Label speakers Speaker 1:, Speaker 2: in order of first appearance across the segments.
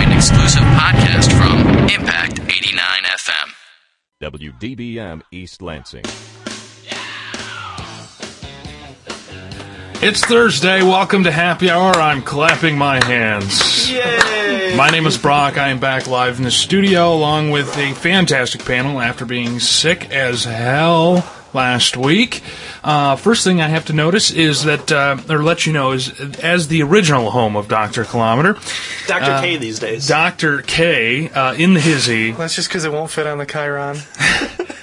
Speaker 1: exclusive podcast from Impact 89 FM.
Speaker 2: WDBM East Lansing.
Speaker 3: It's Thursday. Welcome to Happy Hour. I'm clapping my hands. Yay! My name is Brock. I am back live in the studio along with a fantastic panel after being sick as hell last week. Uh, first thing I have to notice is that, uh, or let you know, is as the original home of Dr. Kilometer,
Speaker 4: Dr.
Speaker 5: Uh,
Speaker 4: K these days.
Speaker 3: Dr. K uh, in the hizzy.
Speaker 5: That's just because it won't fit on the Chiron.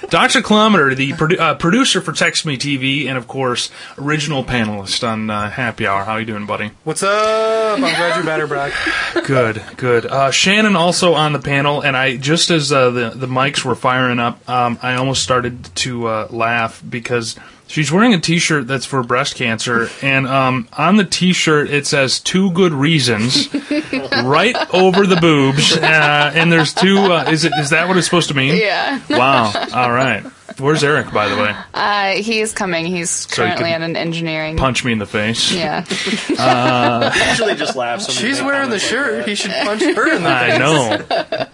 Speaker 3: Dr. Kilometer, the produ- uh, producer for Text Me TV, and of course, original panelist on uh, Happy Hour. How you doing, buddy?
Speaker 5: What's up? I'm glad you're better, Brock.
Speaker 3: Good, good. Uh, Shannon also on the panel, and I just as uh, the the mics were firing up, um, I almost started to uh, laugh because she's wearing a T-shirt that's for breast cancer, and um, on the T-shirt it says two good reasons right over the boobs, uh, and there's two. Uh, is it is that what it's supposed to mean?
Speaker 6: Yeah.
Speaker 3: Wow. All right. Where's Eric, by the way?
Speaker 6: Uh, he is coming. He's
Speaker 3: you
Speaker 6: currently
Speaker 3: can
Speaker 6: at an engineering.
Speaker 3: Punch me in the face.
Speaker 6: Yeah.
Speaker 4: Usually just laughs. when we
Speaker 5: She's
Speaker 4: make
Speaker 5: wearing the
Speaker 4: comments like
Speaker 5: shirt. He should punch her in the
Speaker 3: I know.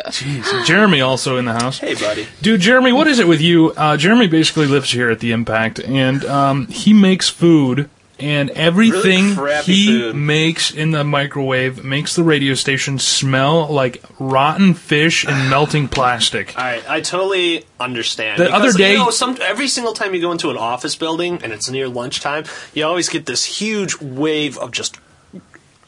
Speaker 3: Jeez. Jeremy also in the house.
Speaker 4: that. Hey, buddy.
Speaker 3: Dude, Jeremy, what is it with you? Uh, Jeremy basically lives here at the Impact, and um, he makes food, and everything
Speaker 4: Really crappy
Speaker 3: he
Speaker 4: food.
Speaker 3: makes in the microwave makes the radio station smell like rotten fish and melting plastic.
Speaker 4: All right, I totally understand.
Speaker 3: The
Speaker 4: Because,
Speaker 3: other day-
Speaker 4: you know, some, every single time you go into an office building and it's near lunchtime, you always get this huge wave of just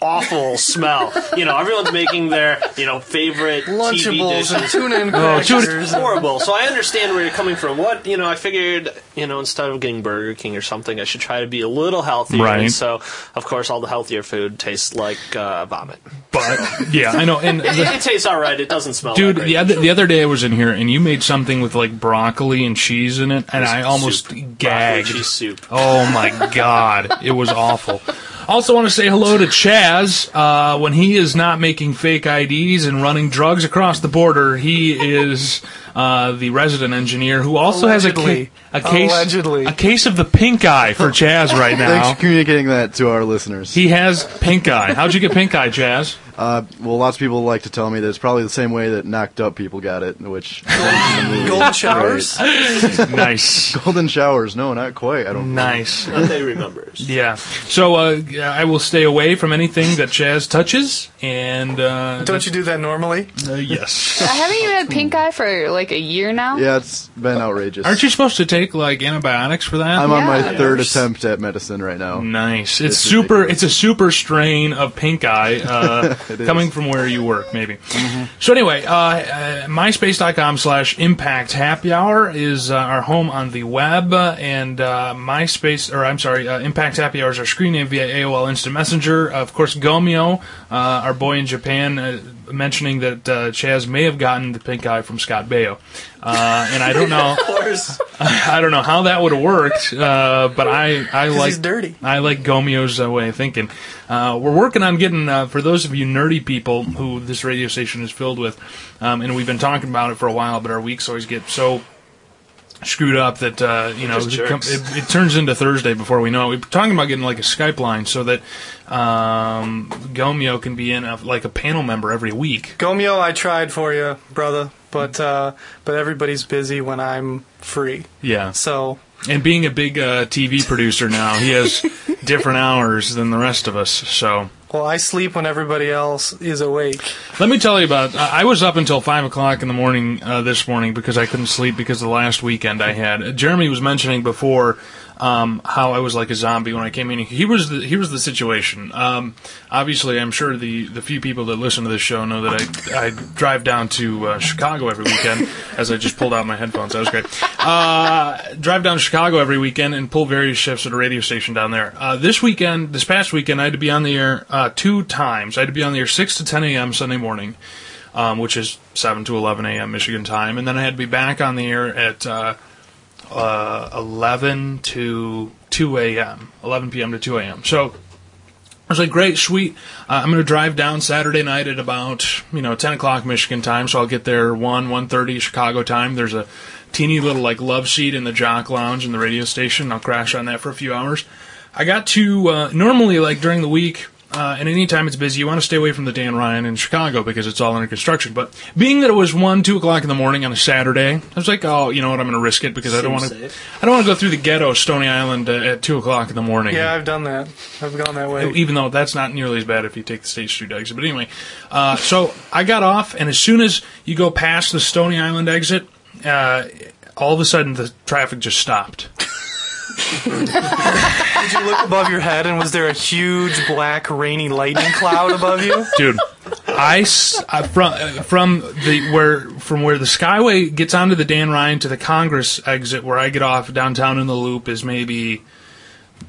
Speaker 4: awful smell. You know, everyone's making their you know favorite TV
Speaker 5: Lunchables and
Speaker 4: dishes. Oh,
Speaker 5: tuna
Speaker 3: tuna-
Speaker 5: and crackers.
Speaker 4: It's horrible. So I understand where you're coming from. What you know, I figured you know instead of getting Burger King or something, I should try to be a little healthier.
Speaker 3: Right.
Speaker 4: And so of course, all the healthier food tastes like uh, vomit.
Speaker 3: But yeah, I know. And the,
Speaker 4: It tastes all right. It doesn't smell.
Speaker 3: dude,
Speaker 4: that great.
Speaker 3: the other, the other day I was in here, and you made something with like broccoli and cheese in it, and I almost
Speaker 4: Broccoli
Speaker 3: gagged.
Speaker 4: cheese soup.
Speaker 3: Oh my god, it was awful. Also, want to say hello to Chaz. Uh, when he is not making fake IDs and running drugs across the border, he is uh, the resident engineer who also
Speaker 5: Allegedly.
Speaker 3: has a, ca- a case
Speaker 5: Allegedly.
Speaker 3: a case of the pink eye for Chaz right
Speaker 7: Thanks
Speaker 3: now.
Speaker 7: for communicating that to our listeners.
Speaker 3: He has pink eye. How'd you get pink eye, Chaz?
Speaker 7: uh, well, lots of people like to tell me that it's probably the same way that knocked up people got it, which
Speaker 5: Golden showers.
Speaker 3: Nice,
Speaker 7: golden showers. No, not quite. I don't.
Speaker 3: nice.
Speaker 4: But they remember.
Speaker 3: Yeah. So uh, I will stay away from anything that Chaz touches. And uh,
Speaker 5: Don't you do that normally?
Speaker 3: uh, yes.
Speaker 6: I haven't even had pink eye for like a year now.
Speaker 7: Yeah, it's been outrageous.
Speaker 3: Aren't you supposed to take like antibiotics for that?
Speaker 7: I'm on my
Speaker 6: Yeah.
Speaker 7: third attempt at medicine right now.
Speaker 8: Mm.
Speaker 3: Nice. It's
Speaker 7: It's
Speaker 3: super.
Speaker 7: ridiculous.
Speaker 3: It's a super strain of pink eye uh, coming from where you work, maybe. So anyway, uh, uh, MySpace.com/slash Impact Happy Hour is uh, our home on the web, uh, and uh, MySpace, or I'm sorry, uh, Impact Happy Hour is our screen name via AOL Instant Messenger. of course, Gomeo, uh, our boy in Japan, uh, mentioning that uh, Chaz may have gotten the pink eye from Scott Baio, uh, and I don't know. I don't know how that would have worked, uh, but I I like
Speaker 5: he's dirty.
Speaker 3: I like Gomeo's uh, way of thinking. Uh, we're working on getting uh, for those of you nerdy people who this radio station is filled with, um, and we've been talking about it for a while, but our weeks always get so screwed up that uh, you know
Speaker 4: Just
Speaker 3: it, com-
Speaker 4: jerks.
Speaker 3: it, it turns into Thursday before we know it. We're talking about getting like a Skype line so that um, Gomeo can be in a, like a panel member every week.
Speaker 5: Gomeo, I tried for you, brother, but uh, but everybody's busy when I'm free.
Speaker 3: Yeah.
Speaker 5: So
Speaker 3: And being a big uh, TV producer now, he has different hours than the rest of us. So
Speaker 5: well, I sleep when everybody else is awake.
Speaker 3: let me tell you about. I I was up until five o'clock in the morning uh, this morning because I couldn't sleep because of the last weekend I had. Uh, Jeremy was mentioning before um, how I was like a zombie when I came in. He was the, he was the situation. Um, obviously, I'm sure the the few people that listen to this show know that I I drive down to uh, Chicago every weekend as I just pulled out my headphones. That was great. Uh, drive down to Chicago every weekend and pull various shifts at a radio station down there. Uh, this weekend, this past weekend, I had to be on the air uh, two times. I had to be on the air 6 to 10 a.m. Sunday morning, um, which is 7 to 11 a.m. Michigan time. And then I had to be back on the air at uh, uh, 11 to 2 a.m., 11 p.m. to 2 a.m. So I was like, great, sweet. Uh, I'm going to drive down Saturday night at about you know 10 o'clock Michigan time, so I'll get there one 1:30 Chicago time. There's a teeny little like love seat in the Jock Lounge in the radio station. I'll crash on that for a few hours. I got to uh, normally like during the week uh, and anytime it's busy, you want to stay away from the Dan Ryan in Chicago because it's all under construction. But being that it was one, two o'clock in the morning on a Saturday, I was like, oh, you know what, I'm going to risk it because I don't want
Speaker 4: Seems
Speaker 3: to.
Speaker 4: safe.
Speaker 3: I don't want to go through the ghetto, of Stony Island, uh, at two o'clock in the morning.
Speaker 5: Yeah, I've done that. I've gone that way.
Speaker 3: even though that's not nearly as bad if you take the State Street exit. But anyway, uh, so I got off, and as soon as you go past the Stony Island exit, uh, all of a sudden the traffic just stopped.
Speaker 5: Did you look above your head and was there a huge black rainy lightning cloud above you?
Speaker 3: dude. I, s- I- from uh, from the where from where the Skyway gets onto the Dan Ryan to the Congress exit where I get off downtown in the Loop is maybe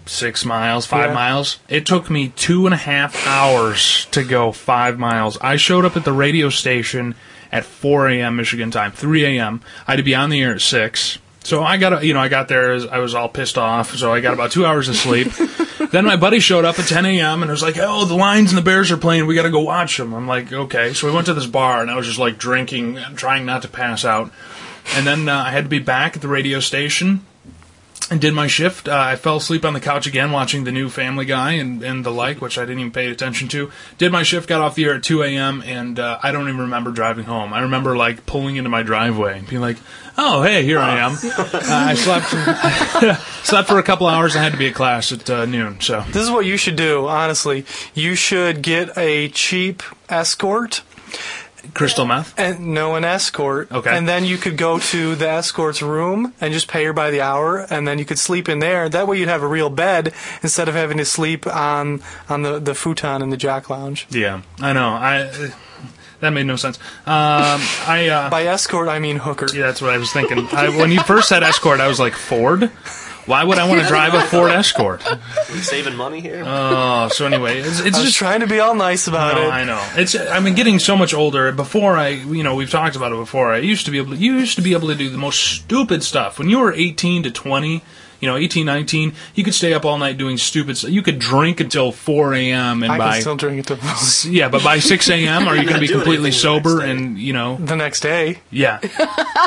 Speaker 3: six miles, five
Speaker 5: Yeah.
Speaker 3: miles. It took me two and a half hours to go five miles. I showed up at the radio station at 4 a.m. Michigan time, 3 a.m. I had to be on the air at six. So I got, a- you know, I got there. as- I was all pissed off. So I got about two hours of sleep. then my buddy showed up at 10 a.m. and was like, "Oh, the Lions and the Bears are playing. We got to go watch them." I'm like, "Okay." So we went to this bar, and I was just like drinking, trying not to pass out. And then uh, I had to be back at the radio station and did my shift. Uh, I fell asleep on the couch again watching the new Family Guy and, and the like, which I didn't even pay attention to. Did my shift, got off the air at 2 a.m., and uh, I don't even remember driving home. I remember like pulling into my driveway and being like, "Oh, hey, here I am." Uh, I slept slept for a couple hours. I had to be at class at uh, noon, so
Speaker 5: This is what you should do, honestly. You should get a cheap escort
Speaker 3: crystal meth.
Speaker 5: and no an escort.
Speaker 3: Okay.
Speaker 5: And then you could go to the escort's room and just pay her by the hour and then you could sleep in there. That way you'd have a real bed instead of having to sleep on on the, the futon in the jock lounge.
Speaker 3: Yeah, I know. I that made no sense. Um, I. Uh,
Speaker 5: By escort I mean hooker.
Speaker 3: Yeah, that's what I was thinking. I, when you first said Escort, I was like Ford. Why would I want to drive a Ford Escort?
Speaker 4: Saving money here.
Speaker 5: Um,
Speaker 3: Oh, so anyway, it's, it's
Speaker 5: I was
Speaker 3: just.
Speaker 5: trying to be all nice about
Speaker 3: No,
Speaker 5: it.
Speaker 3: I know. It's. I've been getting so much older. Before I, you know, we've talked about it before. I used to be able. To, you used to be able to do the most stupid stuff when you were eighteen to twenty. You know, 18, 19, you could stay up all night doing stupid stuff. You could drink until 4 a.m. and
Speaker 5: I
Speaker 3: by.
Speaker 5: can still drink it till
Speaker 3: yeah, but by 6 a.m., are you going to be
Speaker 4: doing anything
Speaker 3: completely
Speaker 4: the next
Speaker 3: sober
Speaker 4: day.
Speaker 3: and, you know,
Speaker 5: the next day.
Speaker 3: yeah.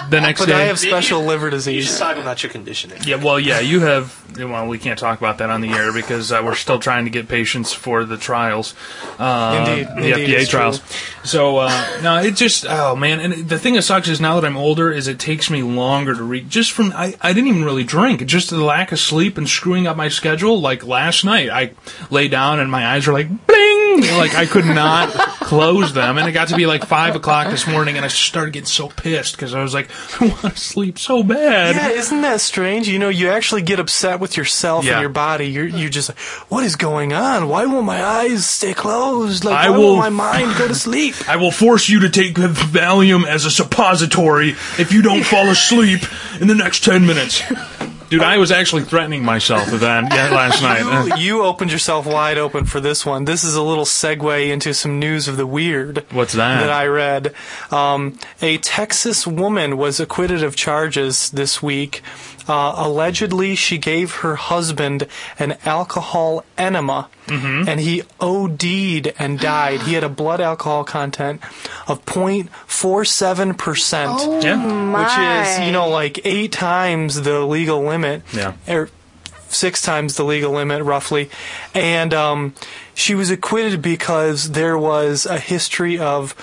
Speaker 3: The next
Speaker 5: But
Speaker 3: day.
Speaker 5: I have special liver
Speaker 4: you
Speaker 5: disease.
Speaker 4: should talk about your conditioning.
Speaker 3: Yeah, well, yeah, you have. Well, we can't talk about that on the air because uh, we're still trying to get patients for the trials, uh,
Speaker 5: Indeed,
Speaker 3: the
Speaker 5: indeed,
Speaker 3: FDA
Speaker 5: it's true.
Speaker 3: trials. So uh, no, it just oh man, and the thing that sucks is now that I'm older, is it takes me longer to read. Just from I, I didn't even really drink, just the lack of sleep and screwing up my schedule. Like last night, I lay down and my eyes were like bling, like I could not close them, and it got to be like five o'clock this morning, and I started getting so pissed because I was like, I want to sleep so bad.
Speaker 5: Yeah, isn't that strange? You know, you actually get upset with yourself
Speaker 3: Yeah.
Speaker 5: and your body. You're you just like, what is going on? Why won't my eyes stay closed? Like,
Speaker 3: I
Speaker 5: why
Speaker 3: will-
Speaker 5: won't my mind go to sleep?
Speaker 3: I will force you to take Valium as a suppository if you don't fall asleep in the next 10 minutes. Dude, I was actually threatening myself with that yeah, last night.
Speaker 5: You- you opened yourself wide open for this one. This is a little segue into some news of the weird.
Speaker 3: What's that?
Speaker 5: That I read. Um, a Texas woman was acquitted of charges this week. Uh, allegedly, she gave her husband an alcohol enema,
Speaker 3: Mm-hmm.
Speaker 5: and he OD'd and died. He had a blood alcohol content of 0.47 percent
Speaker 3: Yeah.
Speaker 5: which is
Speaker 6: My.
Speaker 5: you know like eight times the legal limit
Speaker 3: Yeah.
Speaker 5: or six times the legal limit roughly and um, she was acquitted because there was a history of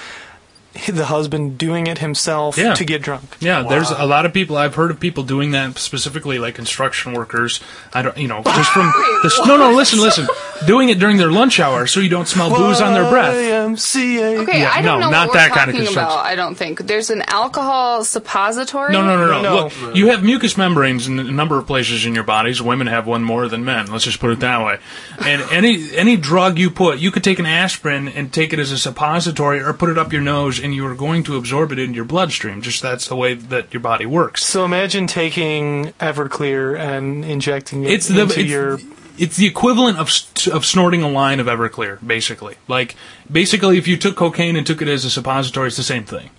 Speaker 5: the husband doing it himself
Speaker 3: Yeah.
Speaker 5: to get drunk
Speaker 3: Yeah, there's a lot of people I've heard of people doing that specifically like construction workers. I don't you know, just from the No, no, listen, listen. Doing it during their lunch hour so you don't smell booze on their
Speaker 5: Oh,
Speaker 3: breath.
Speaker 5: YMCA.
Speaker 6: Okay,
Speaker 3: Yeah,
Speaker 6: I don't
Speaker 3: no,
Speaker 6: know
Speaker 3: not
Speaker 6: what we're
Speaker 3: that kind of
Speaker 6: talking
Speaker 3: construction.
Speaker 6: about. I don't think there's an alcohol suppository.
Speaker 3: No, no, no, no.
Speaker 5: No.
Speaker 3: Look, you have mucous membranes in a number of places in your bodies. Women have one more than men. Let's just put it that way. And any any drug you put, you could take an aspirin and take it as a suppository, or put it up your nose, and you are going to absorb it into your bloodstream. Just that's the way that your body works.
Speaker 5: so imagine taking everclear and injecting it
Speaker 3: It's the
Speaker 5: into
Speaker 3: it's,
Speaker 5: your
Speaker 3: it's the equivalent of s- of snorting a line of Everclear, basically. Like basically, if you took cocaine and took it as a suppository, it's the same thing.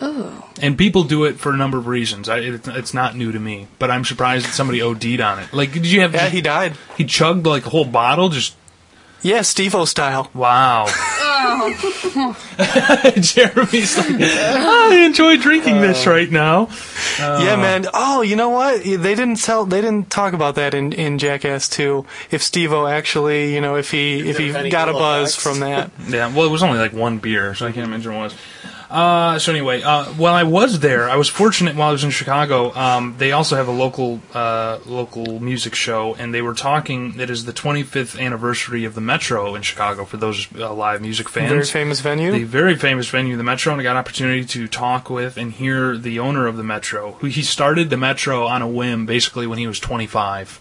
Speaker 3: Oh. And people do it for a number of reasons. I, it, it's not new to me, but I'm surprised that somebody OD'd on it. Like, did you have?
Speaker 5: yeah he died
Speaker 3: He chugged like a whole bottle. Just
Speaker 5: yeah steve style
Speaker 3: wow. Jeremy's like, "Ah, I enjoy drinking
Speaker 5: Oh.
Speaker 3: this right now.
Speaker 5: Yeah, man. Oh, you know what? They didn't tell. They didn't talk about that in, in Jackass 2. If Steve-O actually, you know, if he if
Speaker 4: If
Speaker 5: he
Speaker 4: any
Speaker 5: got a
Speaker 4: cool
Speaker 5: buzz
Speaker 4: effects.
Speaker 5: from that.
Speaker 3: Yeah, well, it was only like one beer, so I can't imagine what it was. Uh, so anyway, uh, while I was there, I was fortunate while I was in Chicago. Um, they also have a local uh, local music show, and they were talking. It is the 25th anniversary of the Metro in Chicago for those uh, live music fans.
Speaker 5: Very famous venue.
Speaker 3: The very famous venue, the Metro, and I got an opportunity to talk with and hear the owner of the Metro, who he started the Metro on a whim, basically when he was 25.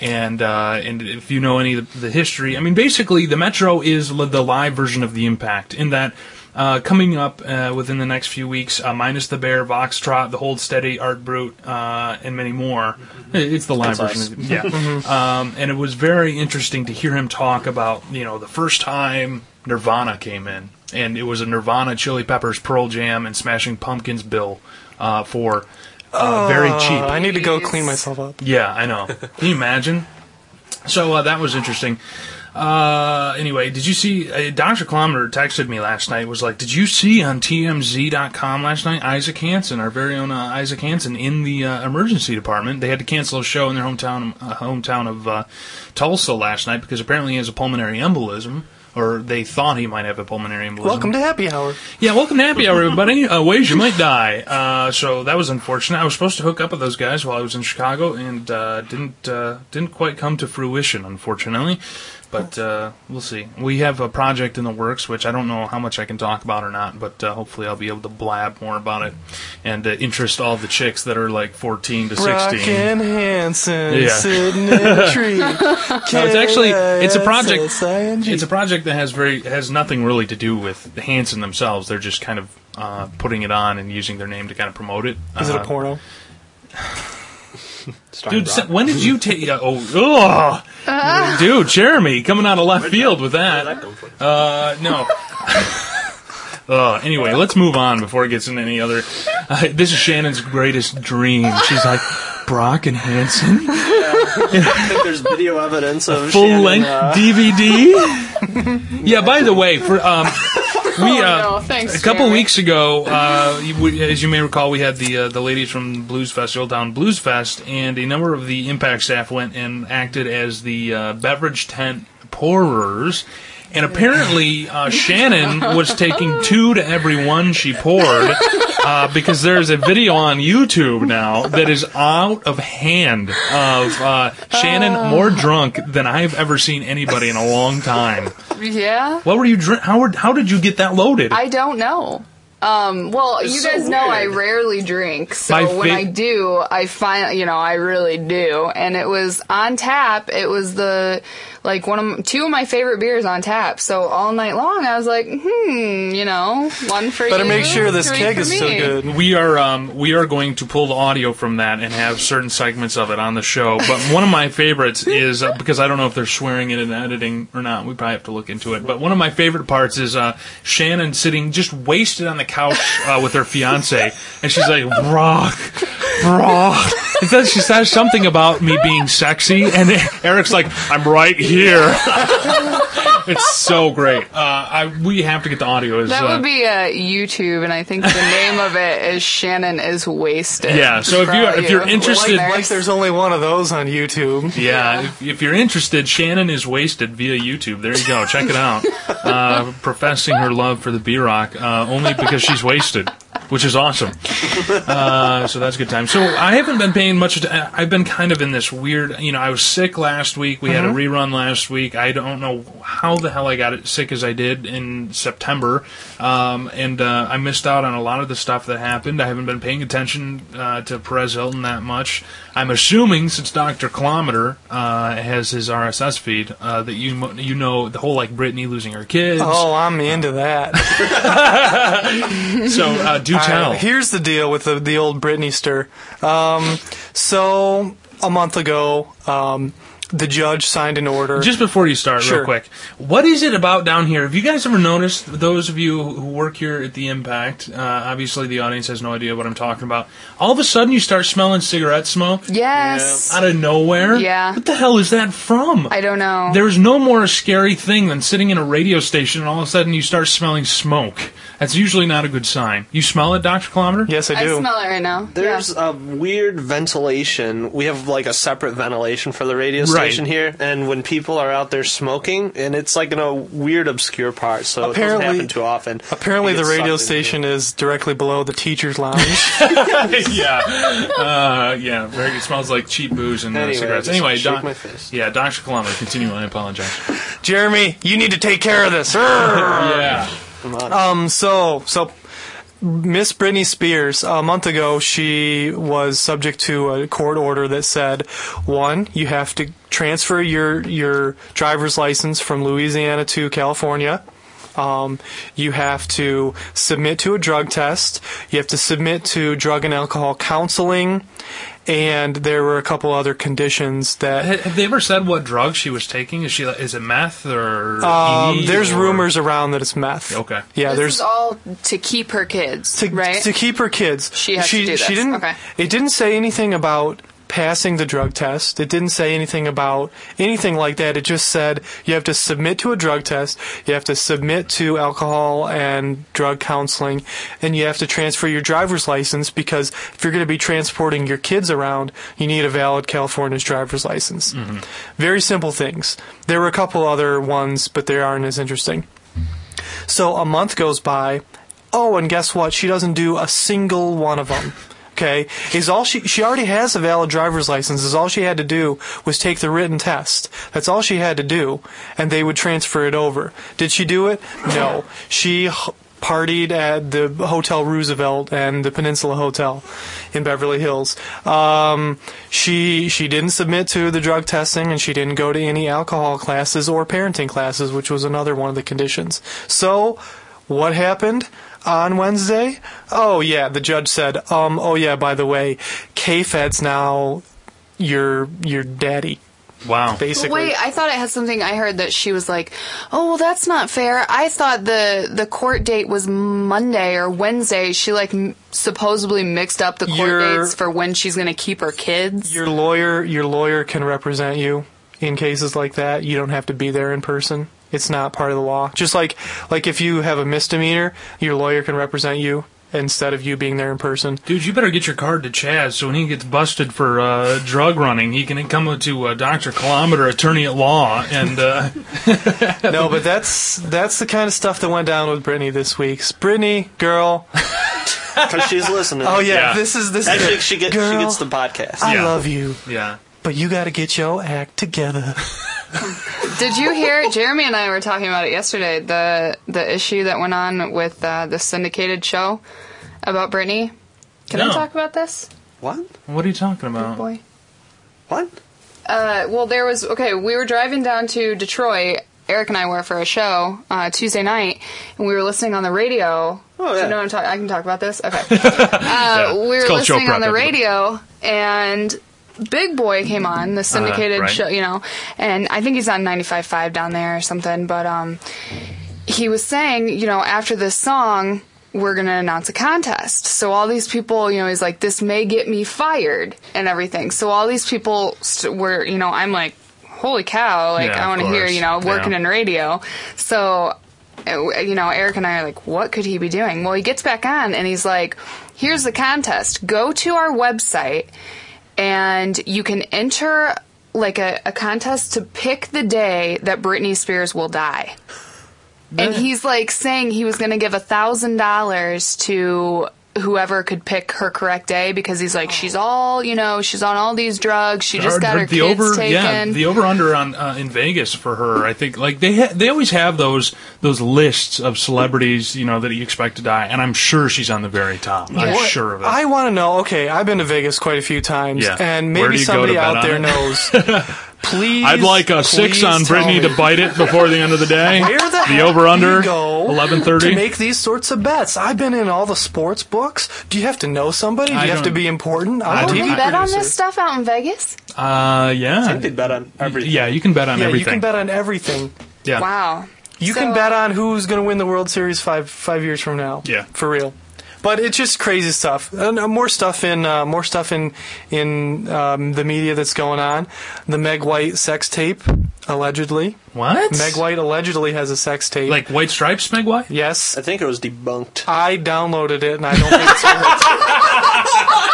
Speaker 3: And uh, and if you know any of the, the history, I mean, basically the Metro is li- the live version of the Impact in that. Uh, coming up uh, within the next few weeks, uh, minus the Bear, Voxtrot, the Hold Steady, Art Brute, uh, and many more. It- It's the live
Speaker 4: That's
Speaker 3: version.
Speaker 4: us.
Speaker 3: of the- Yeah, um, and it was very interesting to hear him talk about you know the first time Nirvana came in, and it was a Nirvana, Chili Peppers, Pearl Jam, and Smashing Pumpkins bill uh, for uh, very cheap.
Speaker 5: I need to go
Speaker 6: Jeez.
Speaker 5: clean myself up.
Speaker 3: Yeah, I know. Can you imagine? So uh, that was interesting. Uh, anyway, did you see? Uh, Doctor Kilometer texted me last night. Was like, did you see on TMZ.com last night? Isaac Hansen, our very own uh, Isaac Hansen, in the uh, emergency department. They had to cancel a show in their hometown uh, hometown of uh, Tulsa last night because apparently he has a pulmonary embolism, or they thought he might have a pulmonary embolism.
Speaker 5: Welcome to Happy Hour.
Speaker 3: Yeah, welcome to Happy Hour, everybody. Uh, ways you might die. Uh, so that was unfortunate. I was supposed to hook up with those guys while I was in Chicago, and uh, didn't uh, didn't quite come to fruition, unfortunately. But uh, we'll see. We have a project in the works, which I don't know how much I can talk about or not. But uh, hopefully, I'll be able to blab more about it and uh, interest all the chicks that are like fourteen to sixteen.
Speaker 5: Rockin' Hanson
Speaker 3: Yeah.
Speaker 5: sitting in a tree.
Speaker 3: No, it's actually it's a project.
Speaker 5: K-S-S-I-N-G.
Speaker 3: It's a project that has very has nothing really to do with Hanson themselves. They're just kind of uh, putting it on and using their name to kind of promote it.
Speaker 5: Is it a
Speaker 3: Uh,
Speaker 5: porno?
Speaker 4: Starting
Speaker 3: Dude,
Speaker 4: rock.
Speaker 3: se- when did you take? Uh, oh, ugh. dude, Jeremy coming out of left field with
Speaker 4: Where'd that
Speaker 3: that.
Speaker 4: come from?
Speaker 3: Uh, no. Uh, anyway, let's move on before it gets into any other. Uh, this is Shannon's greatest dream. She's like Brock and Hanson,
Speaker 4: I think there's video evidence of
Speaker 3: full
Speaker 4: Shannon,
Speaker 3: length
Speaker 4: uh,
Speaker 3: DVD. yeah. By the way, for um,
Speaker 4: Oh,
Speaker 3: we uh,
Speaker 6: no, Oh, thanks.
Speaker 3: a couple
Speaker 6: Jeremy.
Speaker 3: weeks ago, uh, you- we- as you may recall, we had the uh, the ladies from Blues Festival down Blues Fest, and a number of the Impact staff went and acted as the uh, beverage tent pourers. And apparently, uh, Shannon was taking two to every one she poured uh, because there is a video on YouTube now that is out of hand of uh, Shannon more drunk than I've ever seen anybody in a long time.
Speaker 6: Yeah.
Speaker 3: What were you drink? How were, How did you get that loaded?
Speaker 6: I don't know. Um, well, you
Speaker 4: so
Speaker 6: guys know I
Speaker 4: weird.
Speaker 6: rarely drink, so
Speaker 3: My
Speaker 6: when
Speaker 3: fa-
Speaker 6: I do, I find you know I really do. And it was on tap. It was the like one of m- two of my favorite beers on tap. So all night long, I was like, hmm, you know, one for
Speaker 5: Better
Speaker 6: you,
Speaker 5: make sure this
Speaker 6: three
Speaker 5: keg
Speaker 6: for
Speaker 5: is still
Speaker 6: me.
Speaker 5: good.
Speaker 3: We are um, we are going to pull the audio from that and have certain segments of it on the show. But one of my favorites is uh, because I don't know if they're swearing it in editing or not. We probably have to look into it. But one of my favorite parts is uh, Shannon sitting just wasted on the couch uh, with her fiance, and she's like, "Brock, Brock." And then she says something about me being sexy, and Eric's like, "I'm right here." it's so great. Uh, I, we have to get the audio. It's,
Speaker 6: That
Speaker 3: uh,
Speaker 6: would be uh, YouTube, and I think the name of it is Shannon is wasted.
Speaker 3: Yeah, so if you are-
Speaker 6: Probably
Speaker 3: if you're
Speaker 6: you.
Speaker 3: interested-
Speaker 6: Like
Speaker 5: Like there's only one of those on YouTube.
Speaker 3: Yeah, If, if you're interested, Shannon is wasted via YouTube. There you go. Check it out. Uh, professing her love for the B Rock uh, only because she's wasted, which is awesome. Uh, so that's a good time. So I haven't been paying much. atten- I've been kind of in this weird. You know, I was sick last week. We had a rerun last week. I don't know how the hell I got it sick as I did in September, um, and uh, I missed out on a lot of the stuff that happened. I haven't been paying attention uh, to Perez Hilton that much. I'm assuming since Doctor Kilometer uh, has his RSS feed uh, that you mo- you know the whole like Britney losing her kids.
Speaker 5: Oh, I'm into that.
Speaker 3: So uh, do
Speaker 5: All
Speaker 3: tell.
Speaker 5: right, here's the deal with the, the old Britney stir. Um, so a month ago, um, The judge signed an order.
Speaker 3: Just before you start,
Speaker 5: Sure.
Speaker 3: real quick, what is it about down here? Have you guys ever noticed, those of you who work here at the Impact, uh, obviously the audience has no idea what I'm talking about. All of a sudden, you start smelling cigarette smoke
Speaker 6: Yes.
Speaker 3: out of nowhere.
Speaker 6: Yeah.
Speaker 3: What the hell is that from?
Speaker 6: I don't know.
Speaker 3: There is no more scary thing than sitting in a radio station and all of a sudden you start smelling smoke. That's usually not a good sign. You smell it, Dr. Kilometer?
Speaker 5: yes, I
Speaker 6: I
Speaker 5: do.
Speaker 6: smell it right now.
Speaker 4: There's
Speaker 6: yeah.
Speaker 4: a weird ventilation. We have like a separate ventilation for the radio
Speaker 3: Right.
Speaker 4: station here, and when people are out there smoking, and it's like in a weird obscure part, so it
Speaker 5: Apparently-
Speaker 4: doesn't happen too often.
Speaker 5: Apparently,
Speaker 4: It
Speaker 5: the
Speaker 4: gets
Speaker 5: radio
Speaker 4: sucked into-
Speaker 5: station is directly below the teacher's lounge.
Speaker 3: yeah, uh, yeah. Very, it smells like cheap booze and uh,
Speaker 4: Anyway,
Speaker 3: cigarettes.
Speaker 4: just
Speaker 3: Anyway,
Speaker 4: shake
Speaker 3: doc-
Speaker 4: my fist.
Speaker 3: yeah, Doctor Kilometer, continue. I apologize.
Speaker 5: Jeremy, you need to take care of this. Urgh.
Speaker 3: yeah,
Speaker 5: um, so, so Miss Britney Spears, a month ago, she was subject to a court order that said, one, you have to transfer your your driver's license from Louisiana to California. Um, you have to submit to a drug test. You have to submit to drug and alcohol counseling, and there were a couple other conditions that
Speaker 3: Ha- have they ever said what drug she was taking? Is she like, is it meth or?
Speaker 5: Um,
Speaker 3: E
Speaker 5: there's
Speaker 3: or-
Speaker 5: rumors around that it's meth.
Speaker 3: Okay.
Speaker 5: Yeah,
Speaker 6: this
Speaker 5: there's
Speaker 6: is all to keep her kids,
Speaker 5: to,
Speaker 6: right?
Speaker 5: to keep her kids.
Speaker 6: She has
Speaker 5: she,
Speaker 6: to do
Speaker 5: She
Speaker 6: this.
Speaker 5: didn't.
Speaker 6: Okay.
Speaker 5: It didn't say anything about passing the drug test. It didn't say anything about anything like that. It just said you have to submit to a drug test. You have to submit to alcohol and drug counseling, and you have to transfer your driver's license because if you're going to be transporting your kids around, you need a valid California's driver's license. Very simple things. There were a couple other ones, but they aren't as interesting. So a month goes by. Oh, and guess what? She doesn't do a single one of them. Okay, is all she she already has a valid driver's license. Is all she had to do was take the written test. That's all she had to do, and they would transfer it over. Did she do it? No. She h- partied at the Hotel Roosevelt and the Peninsula Hotel in Beverly Hills. Um, she she didn't submit to the drug testing and she didn't go to any alcohol classes or parenting classes, which was another one of the conditions. So, what happened on Wednesday? Oh yeah, the judge said, um, oh yeah, by the way, K-Fed's now your your daddy,
Speaker 3: Wow.
Speaker 5: basically.
Speaker 6: But wait, I thought I had something. I heard that she was like, "Oh, well, that's not fair." I thought the the court date was Monday or Wednesday. She like m- supposedly mixed up the court
Speaker 5: Your-
Speaker 6: dates for when she's gonna keep her kids.
Speaker 5: your lawyer your lawyer can represent you in cases like that. You don't have to be there in person. It's not part of the law. Just like like if you have a misdemeanor, your lawyer can represent you instead of you being there in person.
Speaker 3: Dude, you better get your card to Chaz so when he gets busted for uh, drug running, he can come to uh, Dr. Kilometer, attorney at law, and uh,
Speaker 5: No, but that's that's the kind of stuff that went down with Brittany this week. Brittany, girl.
Speaker 4: 'Cause she's listening.
Speaker 5: Oh yeah,
Speaker 3: Yeah.
Speaker 5: this is this.
Speaker 4: Actually, she gets she
Speaker 5: Girl,
Speaker 4: gets the podcast.
Speaker 5: I
Speaker 3: Yeah.
Speaker 5: love you,
Speaker 3: yeah.
Speaker 5: but you got to get your act together.
Speaker 6: Did you hear? Jeremy and I were talking about it yesterday. The the issue that went on with uh, the syndicated show about Britney. Can
Speaker 3: No.
Speaker 6: I talk about this,
Speaker 4: What?
Speaker 3: What are you talking about?
Speaker 6: boy?
Speaker 4: What?
Speaker 6: Uh, well, there was okay. We were driving down to Detroit. Eric and I were for a show uh, Tuesday night, and we were listening on the radio.
Speaker 4: Oh,
Speaker 6: Do
Speaker 4: yeah.
Speaker 6: you know what I'm talking. I can talk about this. Okay. Uh, We
Speaker 3: it's
Speaker 6: were
Speaker 3: called show
Speaker 6: listening on
Speaker 3: prep,
Speaker 6: the
Speaker 3: everybody.
Speaker 6: radio, and Big Boy came on the syndicated
Speaker 3: Uh-huh. right.
Speaker 6: show. You know, and I think he's on 95.5 down there or something. But um, he was saying, you know, after this song, we're going to announce a contest. So all these people, you know, he's like, this may get me fired and everything. So all these people st- were, you know, I'm like, holy cow, like,
Speaker 3: Yeah,
Speaker 6: I
Speaker 3: of
Speaker 6: want to hear,
Speaker 3: course.
Speaker 6: you know, working
Speaker 3: Yeah.
Speaker 6: in radio. So, uh, you know, Eric and I are like, what could he be doing? Well, he gets back on and he's like, here's the contest. Go to our website and you can enter like a, a contest to pick the day that Britney Spears will die. And he's like saying he was going to give a thousand dollars to whoever could pick her correct day because he's like she's all you know she's on all these drugs she just got her
Speaker 3: the
Speaker 6: kids
Speaker 3: over,
Speaker 6: taken
Speaker 3: yeah, the over under on uh, in Vegas for her. I think like they ha- they always have those those lists of celebrities you know that you expect to die, and I'm sure she's on the very top. I'm
Speaker 5: What-
Speaker 3: sure of it.
Speaker 5: I want to know. Okay, I've been to Vegas quite a few times,
Speaker 3: Yeah.
Speaker 5: and
Speaker 3: Where do
Speaker 5: maybe
Speaker 3: you go to
Speaker 5: somebody
Speaker 3: bet
Speaker 5: out
Speaker 3: on
Speaker 5: there
Speaker 3: it?
Speaker 5: knows. Please,
Speaker 3: I'd like a six
Speaker 5: please
Speaker 3: on
Speaker 5: tell
Speaker 3: Brittany
Speaker 5: me.
Speaker 3: to bite it before the end of the day.
Speaker 5: Where the, heck
Speaker 3: over under
Speaker 5: do you go
Speaker 3: eleven thirty.
Speaker 5: to make these sorts of bets? I've been in all the sports books. Do you have to know somebody? Do
Speaker 3: I
Speaker 5: you have to
Speaker 3: don't-
Speaker 5: be important? I'm
Speaker 3: I
Speaker 5: a
Speaker 3: don't
Speaker 6: Can
Speaker 5: TV
Speaker 6: they bet on
Speaker 5: producer.
Speaker 6: this stuff out in Vegas?
Speaker 3: Uh, yeah,
Speaker 4: They bet on everything.
Speaker 3: yeah, you can bet on
Speaker 5: Yeah,
Speaker 3: everything.
Speaker 5: you can bet on everything.
Speaker 3: yeah,
Speaker 6: Wow.
Speaker 5: You
Speaker 6: So,
Speaker 5: can
Speaker 6: uh,
Speaker 5: bet on who's going to win the World Series five five years from now.
Speaker 3: Yeah.
Speaker 5: for real. But it's just crazy stuff. And, uh, more stuff in uh, more stuff in in um, the media that's going on. The Meg White sex tape, allegedly.
Speaker 3: what?
Speaker 5: Meg White allegedly has a sex tape.
Speaker 3: like white stripes, Meg White.
Speaker 5: yes,
Speaker 4: I think it was debunked.
Speaker 5: I downloaded it, and I don't think it's on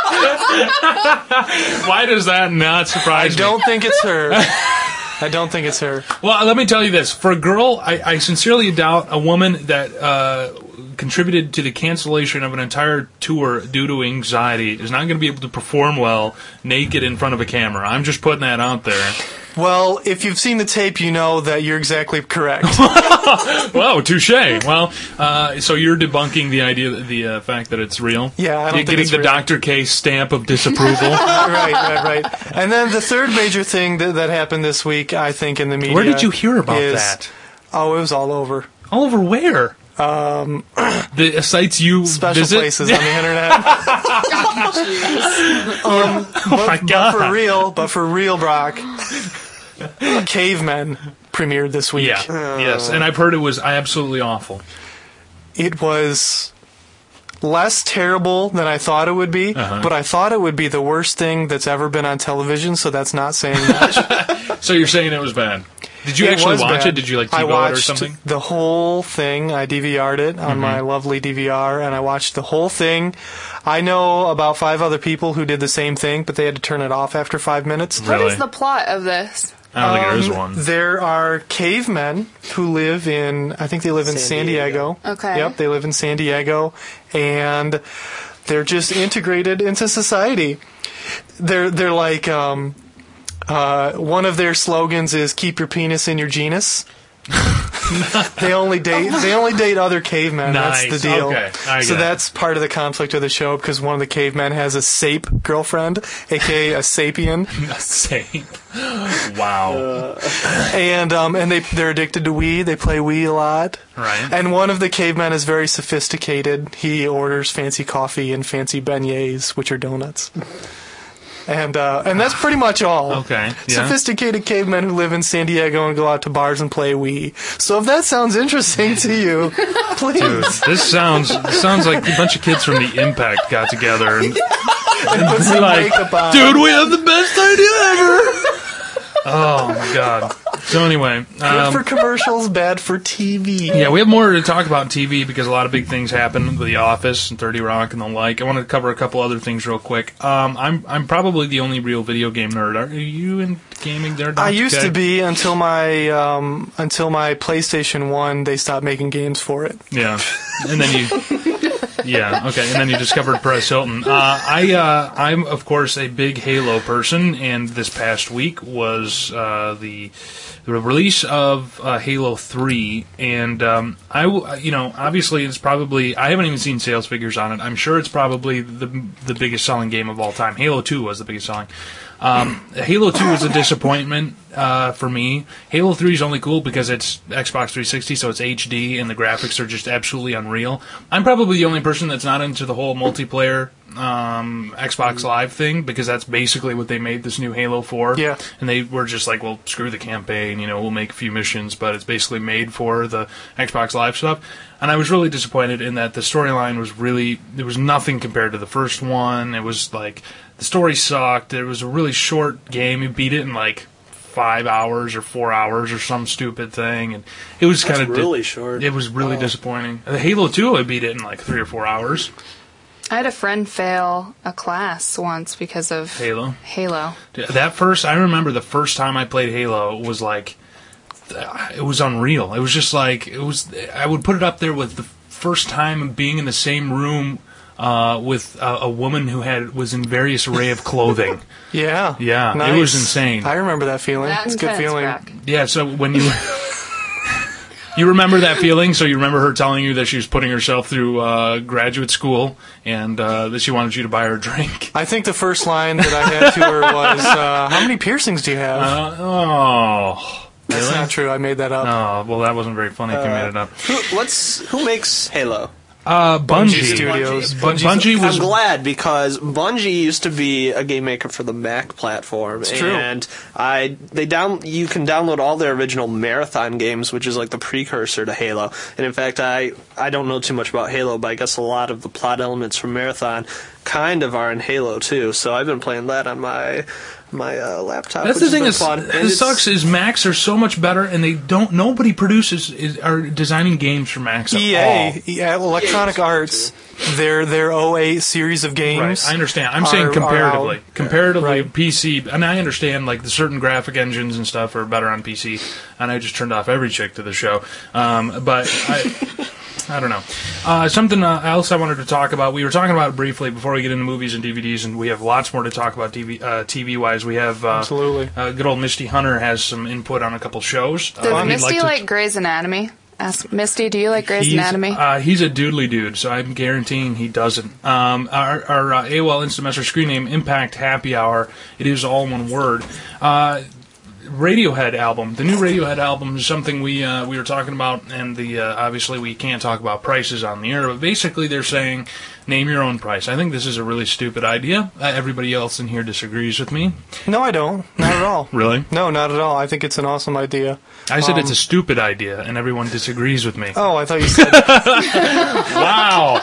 Speaker 3: Why does that not
Speaker 5: I
Speaker 3: surprise me?
Speaker 5: don't think it's her. I don't think it's her.
Speaker 3: Well, let me tell you this: for a girl, I, I sincerely doubt a woman that uh, contributed to the cancellation of an entire tour due to anxiety is not going to be able to perform well naked in front of a camera. I'm just putting that out there.
Speaker 5: Well, if you've seen the tape, you know that you're exactly correct.
Speaker 3: Whoa, touche. Well, uh, so you're debunking the idea, the uh, fact that it's real.
Speaker 5: Yeah, I don't
Speaker 3: you're
Speaker 5: think
Speaker 3: getting
Speaker 5: it's
Speaker 3: the
Speaker 5: real.
Speaker 3: Dr. K stamp of disapproval.
Speaker 5: right, right, right. And then the third major thing that, that happened this week, I think, in the media.
Speaker 3: Where did you hear about
Speaker 5: is-
Speaker 3: that?
Speaker 5: Oh, it was all over.
Speaker 3: All over where? Um, the sites you
Speaker 5: Special
Speaker 3: visit?
Speaker 5: places on the internet. Um,
Speaker 3: Oh my
Speaker 5: but for
Speaker 3: god!
Speaker 5: real, but for real, Brock. Cavemen premiered this week.
Speaker 3: Yeah. yes, and I've heard it was absolutely awful.
Speaker 5: It was less terrible than I thought it would be,
Speaker 3: Uh-huh.
Speaker 5: but I thought it would be the worst thing that's ever been on television, so that's not saying much.
Speaker 3: So you're saying it was bad? Did you
Speaker 5: It
Speaker 3: actually
Speaker 5: was
Speaker 3: watch
Speaker 5: bad.
Speaker 3: it? Did you like TiVo
Speaker 5: I
Speaker 3: it
Speaker 5: watched
Speaker 3: or something? Mm-hmm.
Speaker 5: The whole thing. I DVR'd it on my lovely DVR, and I watched the whole thing. I know about five other people who did the same thing, but they had to turn it off after five minutes.
Speaker 6: What
Speaker 3: Really?
Speaker 6: is the plot of this?
Speaker 3: I don't think there
Speaker 5: um,
Speaker 3: is one.
Speaker 5: There are cavemen who live in, I think they live in San,
Speaker 4: San
Speaker 5: Diego.
Speaker 4: Diego.
Speaker 6: Okay.
Speaker 5: Yep, they live in San Diego, and they're just integrated into society. They're they're like um, uh, one of their slogans is "Keep your penis in your genus." they only date they only date other cavemen. That's
Speaker 3: Nice,
Speaker 5: the deal.
Speaker 3: okay, I get
Speaker 5: so
Speaker 3: it.
Speaker 5: that's part of the conflict of the show because one of the cavemen has a sape girlfriend, aka a sapien.
Speaker 3: Same. wow.
Speaker 5: and um, and they they're addicted to Wii. They play Wii a lot.
Speaker 3: Right.
Speaker 5: And one of the cavemen is very sophisticated. He orders fancy coffee and fancy beignets, which are donuts. And uh, and that's pretty much all.
Speaker 3: Okay, yeah.
Speaker 5: Sophisticated cavemen who live in San Diego and go out to bars and play Wii. So if that sounds interesting to you, please.
Speaker 3: this sounds this sounds like a bunch of kids from the Impact got together and
Speaker 5: put some makeup on.
Speaker 3: dude, we have the best idea ever. oh my god. So anyway,
Speaker 5: Good
Speaker 3: um,
Speaker 5: for commercials, bad for TV.
Speaker 3: yeah, we have more to talk about in TV because a lot of big things happen with The Office and Thirty Rock and the like. I want to cover a couple other things real quick. Um, I'm I'm probably the only real video game nerd. Are you in gaming there?
Speaker 5: I used to be until my um, until my PlayStation One. They stopped making games for it.
Speaker 3: Yeah, and then you. Yeah. Okay. And then you discovered Perez Hilton. Uh, I uh, I'm of course a big Halo person, and this past week was uh, the the release of uh, Halo Three, and um, I w- you know obviously it's probably I haven't even seen sales figures on it. I'm sure it's probably the the biggest selling game of all time. Halo Two was the biggest selling. Um, Halo 2 was a disappointment uh, for me. Halo 3 is only cool because it's Xbox 360, so it's HD, and the graphics are just absolutely unreal. I'm probably the only person that's not into the whole multiplayer um, Xbox Live thing because that's basically what they made this new Halo 4.
Speaker 5: Yeah.
Speaker 3: And they were just like, well, screw the campaign, you know, we'll make a few missions, but it's basically made for the Xbox Live stuff. And I was really disappointed in that the storyline was really, there was nothing compared to the first one. It was like, the story sucked. It was a really short game. You beat it in like five hours or four hours or some stupid thing. And it was kind of
Speaker 4: really short. Oh.
Speaker 3: It was really disappointing. The Halo 2, I beat it in like three or four hours.
Speaker 6: I had a friend fail a class once because of
Speaker 3: Halo.
Speaker 6: Halo.
Speaker 3: That first, I remember the first time I played Halo was like, it was unreal. It was just like it was. I would put it up there with the first time being in the same room uh, with a, a woman who had was in various array of clothing.
Speaker 5: Yeah.
Speaker 3: Yeah, it
Speaker 5: Nice.
Speaker 3: was insane.
Speaker 5: I remember that feeling.
Speaker 6: That
Speaker 5: it's a
Speaker 6: and
Speaker 5: good
Speaker 6: Fence
Speaker 5: feeling.
Speaker 6: Crack.
Speaker 3: yeah, so when you you remember that feeling, so you remember her telling you that she was putting herself through uh, graduate school and uh, that she wanted you to buy her a drink.
Speaker 5: I think the first line that I had to her was, uh, "How many piercings do you have?"
Speaker 3: Uh, oh,
Speaker 5: That's not Uh, true. I made that up.
Speaker 3: oh, well, that wasn't very funny. if you made it up.
Speaker 9: Who, what's who makes Halo?
Speaker 3: Uh, Bungie,
Speaker 5: Bungie Studios.
Speaker 3: Bungie, Bungie was
Speaker 9: I'm glad because Bungie used to be a game maker for the Mac platform,
Speaker 5: true.
Speaker 9: and I they down you can download all their original Marathon games, which is like the precursor to Halo. And in fact, I I don't know too much about Halo, but I guess a lot of the plot elements from Marathon kind of are in Halo too. So I've been playing that on my my uh, laptop.
Speaker 3: That's the
Speaker 9: which has
Speaker 3: thing
Speaker 9: been
Speaker 3: is,
Speaker 9: fun. And
Speaker 3: that
Speaker 9: it's-
Speaker 3: sucks is Macs are so much better, and they don't. Nobody produces is, are designing games for Macs at
Speaker 5: E
Speaker 9: E
Speaker 3: all.
Speaker 5: EA, EA, Electronic Arts, their their 08 series of
Speaker 3: Right,
Speaker 5: games.
Speaker 3: I understand. I'm
Speaker 5: are- are
Speaker 3: saying
Speaker 5: out.
Speaker 3: comparatively, comparatively
Speaker 5: Right.
Speaker 3: PC, and I understand like the certain graphic engines and stuff are better on PC. And I just turned off every chick to the show, um, but I, I don't know. Uh, something uh, else I wanted to talk about. We were talking about it briefly before we get into movies and DVDs, and we have lots more to talk about TV uh, TV wise. We have uh,
Speaker 5: Absolutely.
Speaker 3: uh, good old Misty Hunter has some input on a couple shows.
Speaker 6: Does
Speaker 3: Uh, if you'd
Speaker 6: Misty
Speaker 3: to-
Speaker 6: like, Grey's Anatomy? Ask Misty, do you like Grey's
Speaker 3: He's,
Speaker 6: Anatomy?
Speaker 3: Uh, he's a doodly dude, so I'm guaranteeing he doesn't. Um, our our uh, AOL Instant Messenger screen name, Impact Happy Hour. It is all one word. Uh, Radiohead album. The new Radiohead album is something we uh, we were talking about, and the uh, obviously we can't talk about prices on the air. But basically, they're saying name your own price. I think this is a really stupid idea. Uh, everybody else in here disagrees with me.
Speaker 5: no, I don't. Not at all.
Speaker 3: Really?
Speaker 5: No, not at all. I think it's an awesome idea.
Speaker 3: I said
Speaker 5: Um,
Speaker 3: it's a stupid idea, and everyone disagrees with me.
Speaker 5: Oh, I thought you said
Speaker 3: Wow.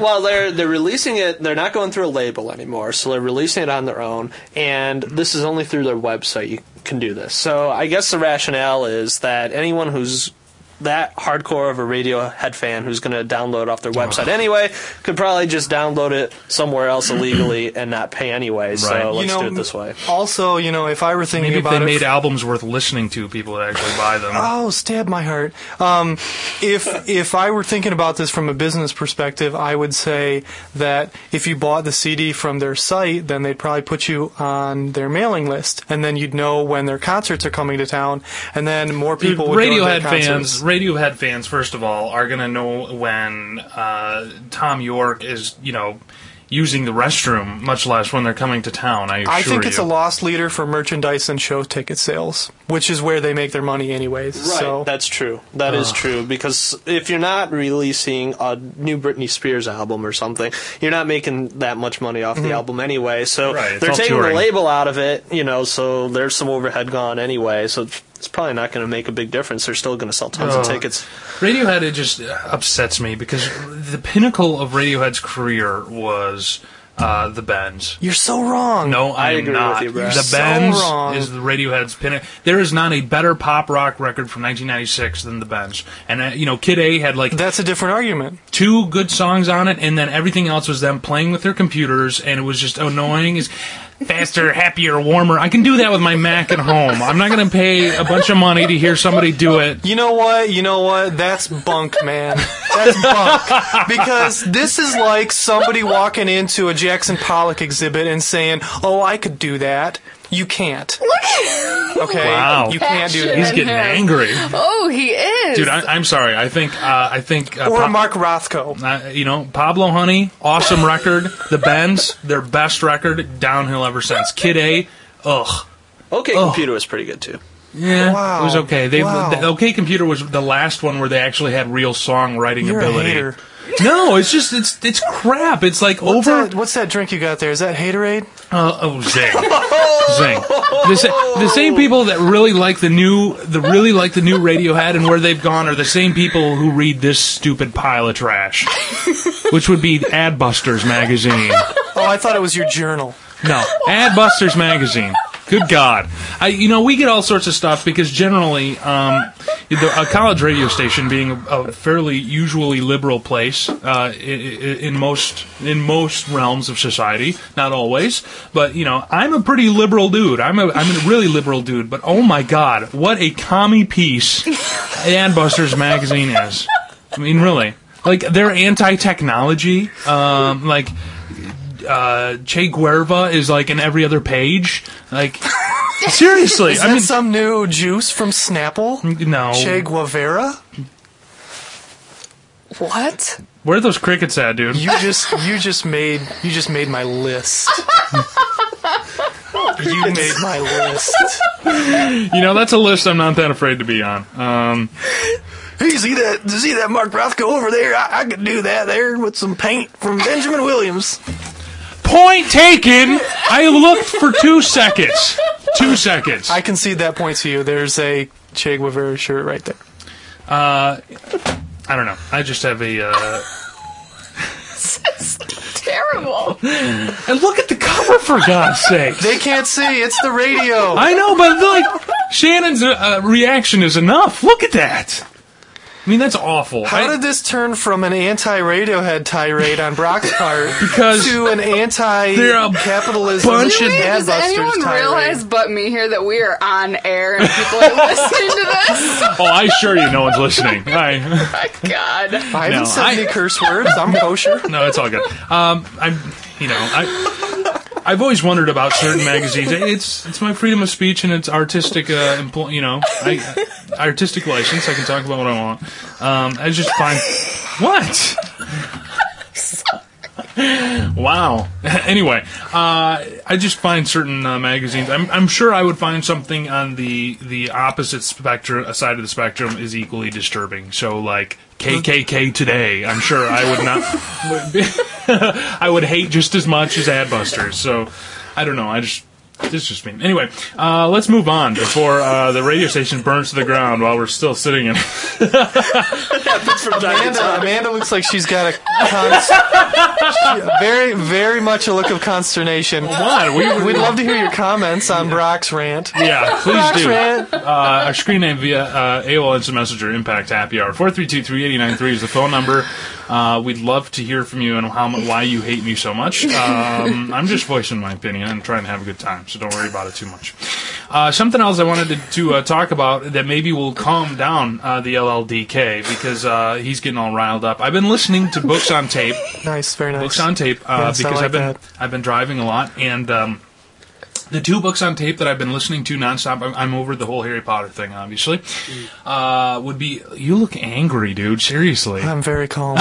Speaker 9: Well, they're they're releasing it. They're not going through a label anymore, so they're releasing it on their own. And this is only through their website you can do this. So I guess the rationale is that anyone who's that hardcore of a Radiohead fan who's going to download off their website anyway could probably just download it somewhere else illegally and not pay anyway.
Speaker 3: Right. You
Speaker 9: So let's
Speaker 5: you know,
Speaker 9: do it this way.
Speaker 5: Also, you know, if I were thinking
Speaker 3: Maybe if
Speaker 5: about
Speaker 3: they
Speaker 5: it,
Speaker 3: made albums worth listening to, people would actually buy them.
Speaker 5: oh, stab my heart. Um, if if I were thinking about this from a business perspective, I would say that if you bought the CD from their site, then they'd probably put you on their mailing list, and then you'd know when their concerts are coming to town, and then more people would go to their
Speaker 3: Radiohead
Speaker 5: concerts.
Speaker 3: fans, Radiohead fans, first of all, are gonna know when uh, Tom York is, you know, using the restroom, much less when they're coming to town. I,
Speaker 5: I
Speaker 3: assure
Speaker 5: think it's
Speaker 3: you.
Speaker 5: a lost leader for merchandise and show ticket sales, which is where they make their money, anyways.
Speaker 9: Right,
Speaker 5: so
Speaker 9: that's true. That
Speaker 3: uh.
Speaker 9: is true because if you're not releasing a new Britney Spears album or something, you're not making that much money off the album anyway. So
Speaker 3: Mm-hmm. Right, it's
Speaker 9: they're
Speaker 3: all
Speaker 9: taking
Speaker 3: touring.
Speaker 9: the label out of it, you know. So there's some overhead gone anyway. So it's probably not going to make a big difference. They're still going to sell tons
Speaker 3: Ugh.
Speaker 9: of tickets.
Speaker 3: Radiohead it just upsets me because the pinnacle of Radiohead's career was uh, the Bends.
Speaker 5: you're so wrong.
Speaker 3: No, I,
Speaker 9: I
Speaker 3: am
Speaker 9: agree with
Speaker 3: not.
Speaker 9: you, Brad. You're
Speaker 3: the
Speaker 5: so
Speaker 3: Bends
Speaker 5: wrong.
Speaker 3: is the Radiohead's pinnacle. There is not a better pop rock record from 1996 than the Bends. And uh, you know, Kid A had like
Speaker 5: that's a different argument.
Speaker 3: two good songs on it, and then everything else was them playing with their computers, and it was just annoying. Is faster, happier, warmer. I can do that with my Mac at home. I'm not going to pay a bunch of money to hear somebody do it.
Speaker 5: You know what? You know what? That's bunk, man. That's bunk. Because this is like somebody walking into a Jackson Pollock exhibit and saying, "Oh, I could do that." You can't. Okay.
Speaker 3: Wow.
Speaker 5: You can't do
Speaker 3: He's
Speaker 5: that.
Speaker 3: getting angry,
Speaker 6: oh, he is.
Speaker 3: dude. I, I'm sorry. I think uh, I think uh,
Speaker 5: Or
Speaker 3: Pa-
Speaker 5: Mark Rothko.
Speaker 3: uh, you know Pablo Honey, awesome record. The Bends, their best record, downhill ever since. Kid A, ugh.
Speaker 9: Okay,
Speaker 3: Ugh.
Speaker 9: computer was pretty good too.
Speaker 3: Yeah,
Speaker 5: Wow.
Speaker 3: it was okay. They
Speaker 5: Wow.
Speaker 3: the OK Computer was the last one where they actually had real songwriting
Speaker 5: You're a
Speaker 3: ability.
Speaker 5: hater.
Speaker 3: No, it's just it's it's crap. It's like
Speaker 5: What's
Speaker 3: over.
Speaker 5: that, what's that drink you got there? Is that Haterade?
Speaker 3: Uh, oh, zing, zing. The, sa- the same people that really like the new, the really like the new Radiohead and where they've gone are the same people who read this stupid pile of trash, which would be Adbusters magazine.
Speaker 5: Oh, I thought it was your journal.
Speaker 3: No, Adbusters magazine. Good God, I you know we get all sorts of stuff because generally, um, the, a college radio station being a, a fairly usually liberal place uh, i- i- in most in most realms of society, not always, but you know I'm a pretty liberal dude. I'm a I'm a really liberal dude, but oh my God, what a commie piece Adbusters magazine is. I mean, really, like they're anti-technology, um, like uh, Che Guerva is like in every other page. Like, Seriously,
Speaker 5: Is
Speaker 3: I
Speaker 5: that
Speaker 3: mean, Mm,
Speaker 5: some new juice from Snapple?
Speaker 3: no.
Speaker 5: Che Guevara?
Speaker 6: What?
Speaker 3: Where are those crickets at, dude?
Speaker 5: You just you just made you just made my list. you made my list.
Speaker 3: You know, that's a list I'm not that afraid to be on. Um,
Speaker 5: Hey, see that see that Mark Rothko over there? I, I could do that there with some paint from Benjamin Williams.
Speaker 3: point taken. I looked for two seconds. Two seconds.
Speaker 5: I concede that point to you. There's a Che Guevara shirt right there.
Speaker 3: I don't know. I just have a. Uh,
Speaker 6: Terrible.
Speaker 3: and look at the cover for God's sake.
Speaker 5: They can't see. It's the radio.
Speaker 3: I know, but like Shannon's uh, reaction is enough. Look at that. I mean, that's awful. I-
Speaker 5: How did this turn from an anti-Radiohead tirade on Brock's part
Speaker 3: Because
Speaker 5: to an
Speaker 3: they're a
Speaker 5: anti-capitalism
Speaker 3: bunch
Speaker 6: Really? Does
Speaker 5: Adbusters
Speaker 6: anyone
Speaker 5: tirade?
Speaker 6: realize but me here that we are on air and people are listening to this?
Speaker 3: oh, I assure you, no one's listening. I,
Speaker 6: My God.
Speaker 5: I haven't
Speaker 3: No,
Speaker 5: said
Speaker 3: I-
Speaker 5: any curse words. I'm kosher.
Speaker 3: no, it's all good. Um, I'm, you know, I. I've always wondered about certain magazines. It's it's my freedom of speech and it's artistic, uh, empl- you know, I, uh, artistic license. I can talk about what I want. Um, I just find what. Wow. anyway, uh, I just find certain uh, magazines. I'm, I'm sure I would find something on the the opposite spectrum uh, side of the spectrum is equally disturbing. So like KKK today, I'm sure I would not. would be- I would hate just as much as Adbusters. So I don't know. I just. This is just me. Anyway, uh, let's move on before uh, the radio station burns to the ground while we're still sitting in.
Speaker 5: Amanda, Amanda looks like she's got a const- she- very, very much a look of consternation.
Speaker 3: What? We,
Speaker 5: We'd love to hear your comments on Brock's rant.
Speaker 3: Yeah,
Speaker 5: Brock's
Speaker 3: please do.
Speaker 5: rant.
Speaker 3: uh, our screen name via uh, AOL Instant Messenger Impact Happy Hour. 432-3893 is the phone number. Uh, we'd love to hear from you and how mu- why you hate me so much. Um, I'm just voicing my opinion and trying to have a good time, so don't worry about it too much. Uh, something else I wanted to, to uh, talk about that maybe will calm down uh, the LLDK because uh, he's getting all riled up. I've been listening to books on tape
Speaker 5: Nice, very nice.
Speaker 3: books on tape uh,
Speaker 5: Yeah, it's
Speaker 3: because
Speaker 5: not like
Speaker 3: I've been
Speaker 5: that.
Speaker 3: I've been driving a lot, and um, the two books on tape that I've been listening to nonstop. I'm, I'm over the whole Harry Potter thing, obviously.
Speaker 5: Mm.
Speaker 3: Uh, would be you look angry, dude. Seriously.
Speaker 5: I'm very calm.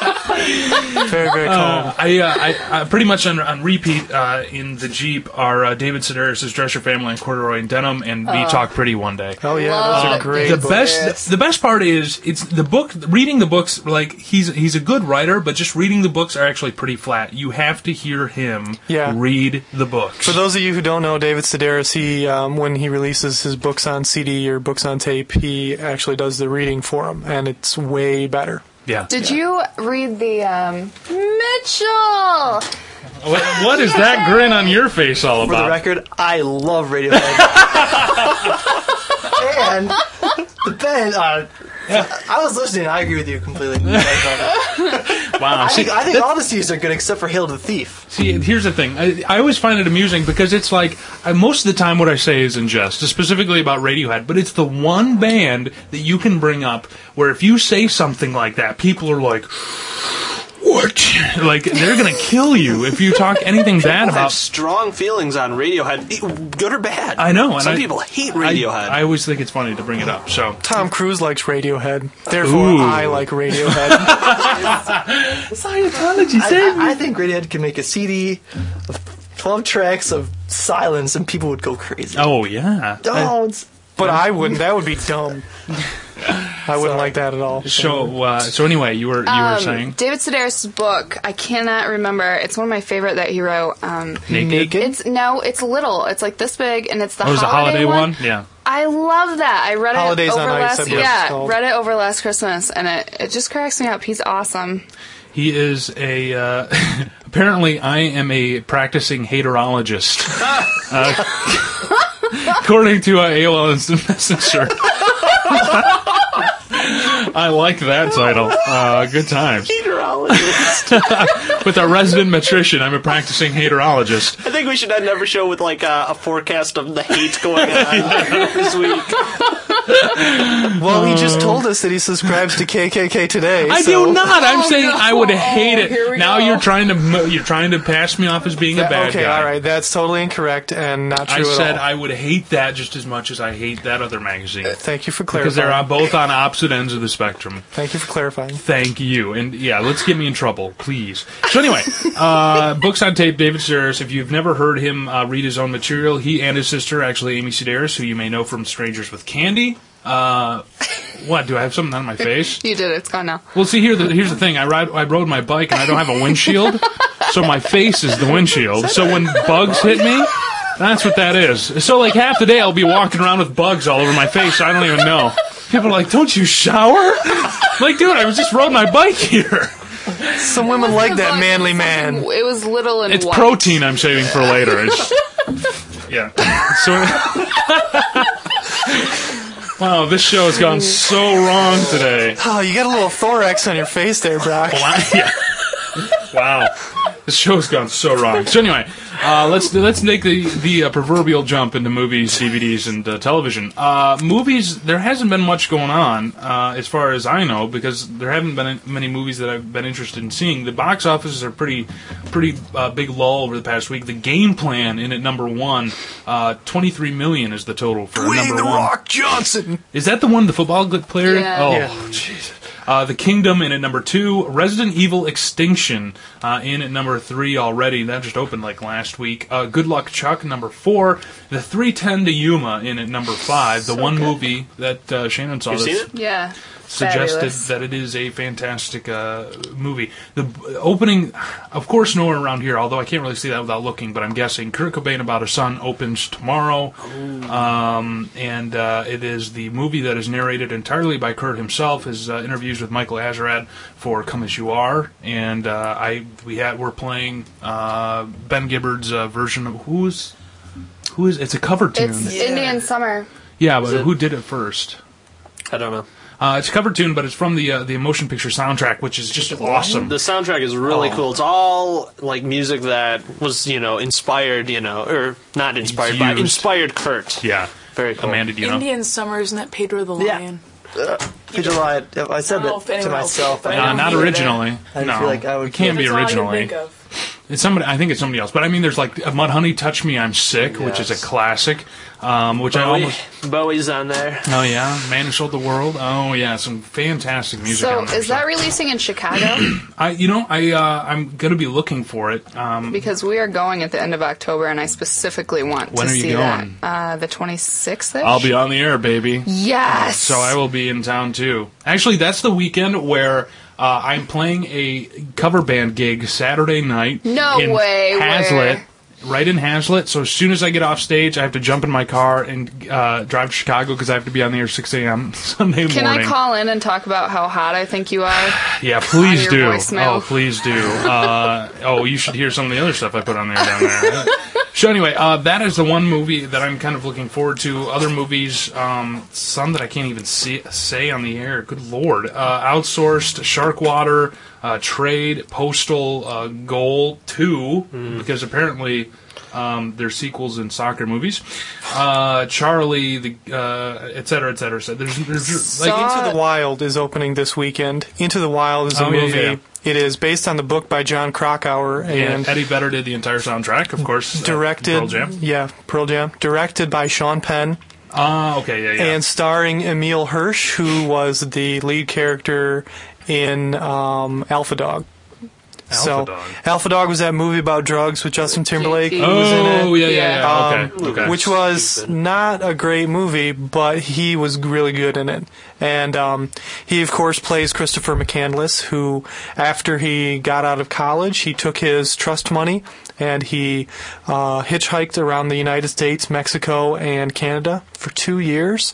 Speaker 5: very, very calm.
Speaker 3: Uh, I, uh, I, I pretty much on, on repeat uh, in the Jeep are uh, David Sedaris' Dresser Family and Corduroy and Denim and
Speaker 5: Uh,
Speaker 3: We Talk Pretty One Day.
Speaker 5: oh yeah,
Speaker 6: Love
Speaker 5: those are great.
Speaker 3: the
Speaker 5: books.
Speaker 3: best
Speaker 6: Yes.
Speaker 3: the best part is it's the book reading the books like he's he's a good writer but just reading the books are actually pretty flat you have to hear him
Speaker 5: Yeah.
Speaker 3: read the books
Speaker 5: For those of you who don't know, David Sedaris, he um, when he releases his books on CD or books on tape, he actually does the reading for them, and it's way better.
Speaker 3: yeah
Speaker 6: Did you read the um, Mitchell?
Speaker 3: what, what is that grin on your face all
Speaker 9: For the
Speaker 3: about
Speaker 9: record, I love Radiohead. and the band, uh, I was listening. I agree with you completely. I
Speaker 3: wow see,
Speaker 9: think, I think all the CDs are good except for Hail to the Thief.
Speaker 3: see here's the thing I, I always find it amusing because it's like I, most of the time what i say is in jest specifically about radiohead but it's the one band that you can bring up where if you say something like that people are like what like they're gonna kill you if you talk anything bad
Speaker 4: I have
Speaker 3: about
Speaker 4: strong feelings on Radiohead, e- good or bad.
Speaker 3: I know, and
Speaker 4: Some
Speaker 3: I-
Speaker 4: people hate
Speaker 3: I-
Speaker 4: Radiohead.
Speaker 3: I, always think it's funny to bring it up. So
Speaker 5: Tom Cruise likes Radiohead, therefore
Speaker 3: Ooh.
Speaker 5: I like Radiohead.
Speaker 3: Scientology
Speaker 9: I, I think Radiohead can make a CD of 12 tracks of silence and people would go crazy.
Speaker 3: Oh yeah.
Speaker 9: Don't.
Speaker 5: but I wouldn't. That would be dumb. I wouldn't like that at all.
Speaker 3: So uh, so anyway, you were you were saying
Speaker 6: David Sedaris' book. I cannot remember. It's one of my favorite that he wrote. Um,
Speaker 5: naked.
Speaker 6: it's no, it's little. It's like this big, and it's the
Speaker 3: oh, it was the
Speaker 6: holiday,
Speaker 3: holiday one?
Speaker 6: one.
Speaker 3: Yeah.
Speaker 6: I love that. I read
Speaker 5: Holidays
Speaker 6: it
Speaker 5: on
Speaker 6: over
Speaker 5: Ice, I
Speaker 6: last
Speaker 5: believe it's
Speaker 6: yeah,
Speaker 5: called.
Speaker 6: read it over last Christmas, and it it just cracks me up. He's awesome.
Speaker 3: He is a uh, apparently I am a practicing haterologist. uh, according to uh, AOL Instant Messenger. I like that title. Uh, good times. With our resident matrician, I'm a practicing haterologist.
Speaker 4: I think we should end every show with like a, a forecast of the hate going on this week.
Speaker 5: Well, he just told us that he subscribes to KKK Today.
Speaker 3: I
Speaker 5: so-
Speaker 3: do not. I'm
Speaker 6: Oh,
Speaker 3: saying
Speaker 6: no.
Speaker 3: I would hate
Speaker 6: Here
Speaker 3: it.
Speaker 6: we
Speaker 3: Now
Speaker 6: go.
Speaker 3: you're trying to mo- you're trying to pass me off as being a bad
Speaker 5: okay,
Speaker 3: guy.
Speaker 5: all right, that's totally incorrect and not true
Speaker 3: I
Speaker 5: at
Speaker 3: said
Speaker 5: all. Uh,
Speaker 3: I would hate that just as much as I hate that other magazine
Speaker 5: Thank you for
Speaker 3: because they're
Speaker 5: clarifying.
Speaker 3: both on opposite ends of the spectrum.
Speaker 5: Thank you for clarifying.
Speaker 3: Thank you. And yeah, let's get me in trouble, please. So anyway, uh, books on tape. David Sedaris. If you've never heard him uh, read his own material, he and his sister, actually Amy Sedaris, who you may know from Strangers with Candy. Uh, what do I have something on my face?
Speaker 6: You did it. It's gone now.
Speaker 3: Well, see here. The, here's the thing. I ride. I rode my bike, and I don't have a windshield, so my face is the windshield. So when bugs hit me, that's what that is. So like half the day, I'll be walking around with bugs all over my face. I don't even know. People are like, "Don't you shower?" Like, dude, I was just rode my bike here.
Speaker 5: Some women like that
Speaker 6: Like,
Speaker 5: manly
Speaker 6: something-
Speaker 5: man.
Speaker 6: It was little and
Speaker 3: It's
Speaker 6: white.
Speaker 3: protein I'm saving for later. It's, yeah. So. Wow, this show has gone so wrong today.
Speaker 5: Oh, you got a little thorax on your face there, Brock.
Speaker 3: Wow. Yeah. wow. This show's gone so wrong. So anyway, uh, let's let's make the the uh, proverbial jump into movies, DVDs, and uh, television. Uh, movies, there hasn't been much going on uh, as far as I know because there haven't been many movies that I've been interested in seeing. The box offices are pretty pretty uh, big lull over the past week. The game plan in at number one, uh, twenty three million is the total for number one.
Speaker 5: Johnson.
Speaker 3: Is that the one, the football gl- player?
Speaker 6: Yeah.
Speaker 5: Yeah.
Speaker 3: Oh, jeez. Uh, the Kingdom in at number two. Resident Evil Extinction uh, in at number three already. That just opened like last week. Uh, Good Luck Chuck, number four. The 310 to Yuma in at number five. The one movie that uh, Shannon saw
Speaker 4: You've
Speaker 3: that's-
Speaker 4: seen it?
Speaker 6: Yeah.
Speaker 3: suggested
Speaker 6: Fabulous.
Speaker 3: that it is a fantastic uh, movie. The b- opening, of course, nowhere around here. Although I can't really see that without looking, but I'm guessing Kurt Cobain about a son opens tomorrow, um, and uh, it is the movie that is narrated entirely by Kurt himself. His uh, interviews with Michael Azarad for "Come as You Are," and uh, I we had we're playing uh, Ben Gibbard's uh, version of who's who is it's a cover tune.
Speaker 6: It's Indian Summer.
Speaker 3: yeah, but
Speaker 4: it-
Speaker 3: who did it first?
Speaker 4: I don't know.
Speaker 3: Uh, it's a cover tune, but it's from the uh, the motion picture soundtrack, which is just awesome.
Speaker 4: The soundtrack is
Speaker 3: Oh.
Speaker 4: really cool. It's all like music that was, you know, inspired, you know, or not inspired by
Speaker 3: Used.
Speaker 4: inspired Kurt.
Speaker 3: Yeah,
Speaker 4: Very cool.
Speaker 3: Amanda, do you know?
Speaker 10: Indian Summer, isn't that Pedro the
Speaker 8: Yeah.
Speaker 10: Lion?
Speaker 9: Uh,
Speaker 8: July. I said
Speaker 10: I don't know
Speaker 8: that
Speaker 10: if
Speaker 8: to
Speaker 10: anyone else
Speaker 8: myself.
Speaker 10: did, but
Speaker 8: I
Speaker 10: I
Speaker 3: Uh,
Speaker 10: don't
Speaker 3: not
Speaker 10: either.
Speaker 3: originally.
Speaker 8: I
Speaker 3: no,
Speaker 8: feel like I would-
Speaker 3: it can be
Speaker 10: That's all I can
Speaker 3: originally.
Speaker 10: think of.
Speaker 3: It's somebody. I think it's somebody else. But I mean, there's like uh, Mud Honey, Touch Me, I'm Sick, which is a
Speaker 8: Yes.
Speaker 3: classic. Um, which I
Speaker 4: Bowie-
Speaker 3: almost.
Speaker 4: Bowie's on there.
Speaker 3: Oh yeah, Man Who Sold the World. Oh yeah, some fantastic music.
Speaker 6: So
Speaker 3: on there,
Speaker 6: is that releasing in Chicago?
Speaker 3: I, you know, I uh, I'm gonna be looking for it. Um,
Speaker 6: because we are going at the end of October, and I specifically want
Speaker 3: When
Speaker 6: to
Speaker 3: are you
Speaker 6: see
Speaker 3: going?
Speaker 6: that. Uh, the 26th. -ish?
Speaker 3: I'll be on the air, baby.
Speaker 6: Yes.
Speaker 3: So I will be in town too. Actually, that's the weekend where uh, I'm playing a cover band gig Saturday night.
Speaker 6: No
Speaker 3: in
Speaker 6: way,
Speaker 3: Hazlet.
Speaker 6: where?
Speaker 3: Right in Hazlet. So as soon as I get off stage, I have to jump in my car and uh, drive to Chicago because I have to be on the air 6 a.m. Sunday
Speaker 6: Can
Speaker 3: morning.
Speaker 6: I call in and talk about how hot I think you are?
Speaker 3: Yeah, please
Speaker 6: your
Speaker 3: do.
Speaker 6: voicemail?
Speaker 3: Oh, please do. Uh, oh, you should hear some of the other stuff I put on there down there. so anyway, uh, that is the one movie that I'm kind of looking forward to. Other movies, um, some that I can't even see, say on the air. Good lord, uh, outsourced, Sharkwater, uh, Trade, Postal, uh, Goal Two, because apparently. Um, there's sequels in soccer movies, uh, Charlie, the uh, et cetera, et cetera. et cetera. There's, there's like
Speaker 6: Saw-
Speaker 5: Into the Wild is opening this weekend. Into the Wild is a
Speaker 3: Oh, yeah,
Speaker 5: movie.
Speaker 3: yeah.
Speaker 5: It is based on the book by John Krakauer and
Speaker 3: And Eddie Vedder did the entire soundtrack, of course. uh,
Speaker 5: directed.
Speaker 3: Pearl Jam.
Speaker 5: Yeah, Pearl Jam. Directed by Sean Penn
Speaker 3: Ah, okay, yeah, yeah.
Speaker 5: and starring Emil Hirsch, who was the lead character in um, Alpha Dog.
Speaker 3: Alpha
Speaker 5: so
Speaker 3: Dog.
Speaker 5: Alpha Dog was that movie about drugs with Justin Timberlake.
Speaker 6: JT.
Speaker 5: who was in it.
Speaker 3: oh, yeah, yeah, yeah.
Speaker 5: Um,
Speaker 3: okay, okay.
Speaker 5: which was not a great movie, but he was really good in it. And um, he, of course, plays Christopher McCandless, who, after he got out of college, he took his trust money and he uh, hitchhiked around the United States, Mexico, and Canada for two years.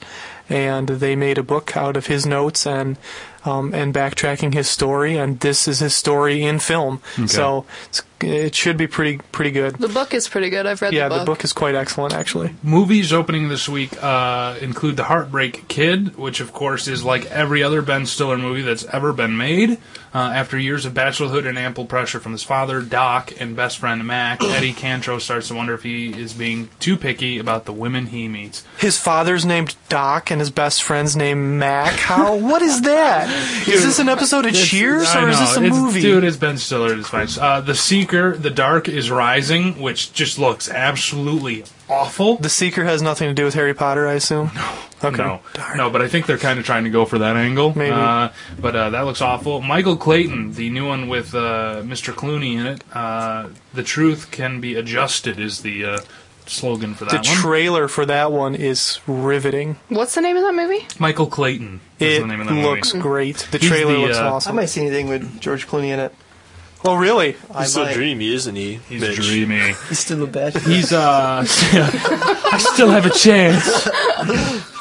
Speaker 5: And they made a book out of his notes and um, and backtracking his story, and this is his story in film. So it's it should be pretty pretty good.
Speaker 6: The book is pretty good. I've read
Speaker 5: yeah,
Speaker 6: the book.
Speaker 5: the book is quite excellent actually.
Speaker 3: Movies opening this week uh, include The Heartbreak Kid, which, of course, is like every other Ben Stiller movie that's ever been made. Uh, after years of bachelorhood and ample pressure from his father, Doc, and best friend Mac, Eddie Cantrell starts to wonder if he is being too picky about the women he meets.
Speaker 5: His father's named Doc and his best friend's named Mac. How? What is that? Is this an episode of Cheers
Speaker 3: I
Speaker 5: or is
Speaker 3: know,
Speaker 5: this a
Speaker 3: it's-
Speaker 5: movie?
Speaker 3: Dude, it's Ben Stiller. It's fine. Uh, the Seeker, The Dark is Rising, which just looks absolutely awful.
Speaker 5: the Seeker has nothing to do with Harry Potter, I assume. No. Okay.
Speaker 3: No, no, but I think they're kind of trying to go for that angle.
Speaker 5: Maybe.
Speaker 3: Uh, but uh, that looks awful. Michael Clayton, the new one with uh, Mr. Clooney in it. Uh, the truth can be adjusted is the uh, slogan for
Speaker 5: The
Speaker 3: that one.
Speaker 5: trailer for that one is riveting.
Speaker 6: What's the name of that movie?
Speaker 3: Michael Clayton is
Speaker 5: It
Speaker 3: the name of that movie.
Speaker 5: looks great. The
Speaker 3: He's
Speaker 5: trailer
Speaker 3: the,
Speaker 5: looks
Speaker 3: uh,
Speaker 8: I
Speaker 5: awesome.
Speaker 8: might see anything with George Clooney in it.
Speaker 5: Oh, really?
Speaker 8: I
Speaker 4: He's so
Speaker 8: might.
Speaker 4: dreamy, isn't he?
Speaker 3: He's
Speaker 4: bitch?
Speaker 3: dreamy.
Speaker 8: He's still a bad.
Speaker 3: He's uh, I still have a chance.